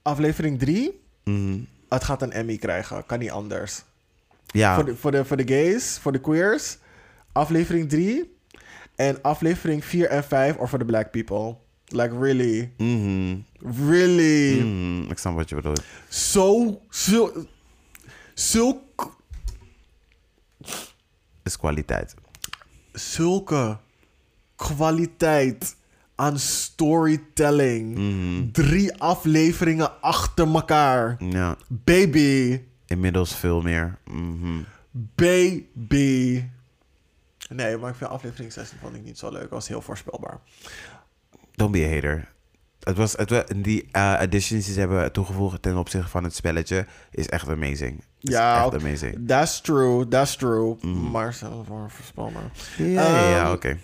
[SPEAKER 1] Aflevering 3.
[SPEAKER 2] Mhm.
[SPEAKER 1] Het gaat een Emmy krijgen. Kan niet anders.
[SPEAKER 2] Ja,
[SPEAKER 1] Voor, de, voor, de, voor de gays, voor de queers. Aflevering 3. En aflevering 4 en 5 are for the black people. Like, really.
[SPEAKER 2] mhm,
[SPEAKER 1] Really.
[SPEAKER 2] mhm. ik snap wat je bedoelt.
[SPEAKER 1] Zo, zo... Zulk,
[SPEAKER 2] is kwaliteit.
[SPEAKER 1] zulke kwaliteit aan storytelling.
[SPEAKER 2] Mhm.
[SPEAKER 1] Drie afleveringen achter elkaar.
[SPEAKER 2] Ja,
[SPEAKER 1] Baby.
[SPEAKER 2] inmiddels veel meer. Mhm.
[SPEAKER 1] Baby. Nee, maar ik vind aflevering 16 vond ik niet zo leuk. Dat was heel voorspelbaar.
[SPEAKER 2] Don't be a hater. Het was, het, wa- die eh, additions die ze hebben toegevoegd ten opzichte van het spelletje is echt amazing. Is
[SPEAKER 1] Ja,
[SPEAKER 2] echt
[SPEAKER 1] oké.
[SPEAKER 2] amazing. Mm-hmm.
[SPEAKER 1] That's true, that's true. Maar ze voor voorspelbaar.
[SPEAKER 2] Ja, ja, ja,
[SPEAKER 1] Ehm,
[SPEAKER 2] oké.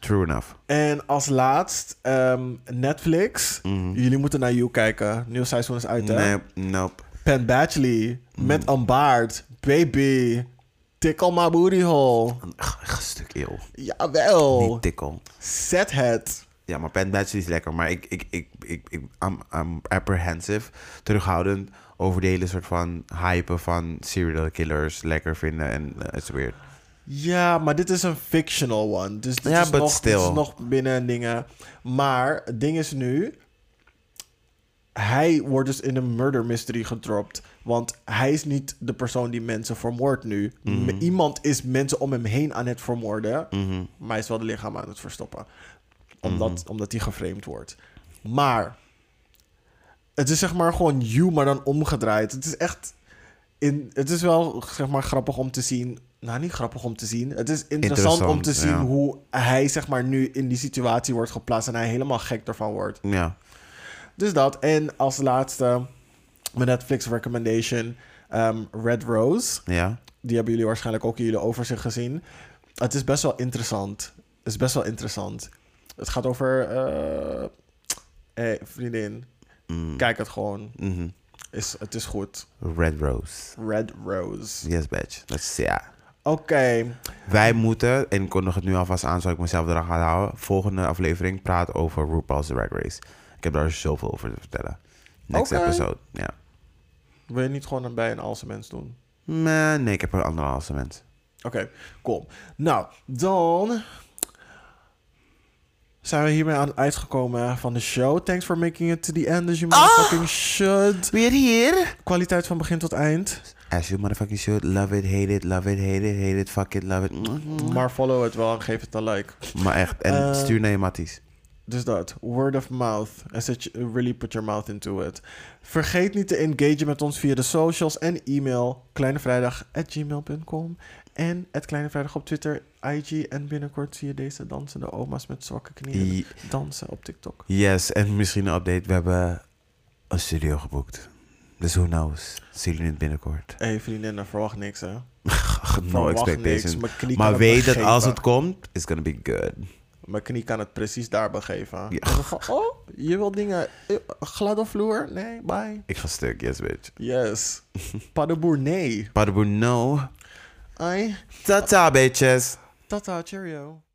[SPEAKER 2] True enough.
[SPEAKER 1] En als laatst, ehm, Netflix. Jullie moeten naar You kijken. Nieuw seizoen is uit, hè?
[SPEAKER 2] Mm-hmm. Nee, Mm-hmm. nope.
[SPEAKER 1] Penn Badgley met een baard. Baby. Tickle my booty hole.
[SPEAKER 2] Een g- stuk eeuw.
[SPEAKER 1] Jawel.
[SPEAKER 2] Niet tikkel.
[SPEAKER 1] Set het.
[SPEAKER 2] Ja, maar Penn Badgley is lekker. Maar ik, ik, ik, ik, ik I'm, I'm apprehensive, terughoudend over de hele soort van hype van serial killers lekker vinden. En eh, it's weird.
[SPEAKER 1] Ja, maar dit is een fictional one. Dus dit,
[SPEAKER 2] Ja,
[SPEAKER 1] is,
[SPEAKER 2] but
[SPEAKER 1] nog, dit is
[SPEAKER 2] still.
[SPEAKER 1] nog binnen dingen. Maar het ding is nu... Hij wordt dus in een murder mystery gedropt. Want hij is niet de persoon die mensen vermoordt nu.
[SPEAKER 2] Mhm.
[SPEAKER 1] M- Iemand is mensen om hem heen aan het vermoorden. Maar hij is wel de lichaam aan het verstoppen. Omdat,
[SPEAKER 2] Mhm.
[SPEAKER 1] omdat hij geframed wordt. Maar... Het is zeg maar gewoon you, maar dan omgedraaid. Het is echt... In, het is wel zeg maar grappig om te zien. Nou, niet grappig om te zien. Het is interessant, om
[SPEAKER 2] Interessant,
[SPEAKER 1] te zien
[SPEAKER 2] ja.
[SPEAKER 1] hoe hij zeg maar nu in die situatie wordt geplaatst en hij helemaal gek ervan wordt.
[SPEAKER 2] Ja.
[SPEAKER 1] Dus dat. En als laatste mijn Netflix recommendation ehm, Red Rose.
[SPEAKER 2] Ja.
[SPEAKER 1] Die hebben jullie waarschijnlijk ook in jullie overzicht gezien. Het is best wel interessant. Het is best wel interessant. Het gaat over. eh, hey, vriendin,
[SPEAKER 2] Mm.
[SPEAKER 1] kijk het gewoon.
[SPEAKER 2] Mhm.
[SPEAKER 1] Is, het is goed.
[SPEAKER 2] Red Rose.
[SPEAKER 1] Red Rose.
[SPEAKER 2] Yes, badge. Dat is ja.
[SPEAKER 1] Oké.
[SPEAKER 2] Wij moeten, en ik kondig het nu alvast aan, zodat ik mezelf eraan ga houden. Volgende aflevering praat over RuPaul's Drag Race. Ik heb daar zoveel over te vertellen. Next
[SPEAKER 1] Oké.
[SPEAKER 2] episode. Ja.
[SPEAKER 1] Wil je niet gewoon een bij een Alse mens doen?
[SPEAKER 2] Nee, nee, ik heb een ander assortiment.
[SPEAKER 1] Oké, cool. Nou, dan zijn we hiermee aan het uitgekomen van de show. Thanks for making it to the end dus as you motherfucking should.
[SPEAKER 2] Weer hier.
[SPEAKER 1] Kwaliteit van begin tot eind.
[SPEAKER 2] As you motherfucking should. Love it, hate it, love it, hate it, hate it, fuck it, love it.
[SPEAKER 1] Maar follow het wel en geef het een like.
[SPEAKER 2] Maar echt, en
[SPEAKER 1] Eh.
[SPEAKER 2] stuur naar je matties.
[SPEAKER 1] Dus dat, word of mouth. En zet je- really put your mouth into it. Vergeet niet te engagen met ons via de socials en e-mail. Kleinevrijdag.gmail.com En het Kleine Vrijdag op Twitter, IG. En binnenkort zie je deze dansende oma's met zwakke knieën
[SPEAKER 2] I-
[SPEAKER 1] dansen op TikTok.
[SPEAKER 2] Yes, en misschien een update. We hebben een studio geboekt. Dus who knows. Zien jullie het binnenkort.
[SPEAKER 1] Hé hey, vriendinnen, verwacht niks hè.
[SPEAKER 2] no
[SPEAKER 1] Verwacht
[SPEAKER 2] expectations.
[SPEAKER 1] niks, mijn knie kan
[SPEAKER 2] Maar
[SPEAKER 1] het
[SPEAKER 2] weet dat
[SPEAKER 1] begeven.
[SPEAKER 2] als het komt, it's gonna be good.
[SPEAKER 1] Mijn knie kan het precies daar begeven.
[SPEAKER 2] Ja.
[SPEAKER 1] En dan van, oh, je wil dingen... eh, Gladde vloer? Nee, bye.
[SPEAKER 2] Ik ga stuk, yes bitch.
[SPEAKER 1] Yes. Paddenboer, nee.
[SPEAKER 2] Padboer, no.
[SPEAKER 1] Ai.
[SPEAKER 2] Tata, bitches.
[SPEAKER 1] Tata, cheerio.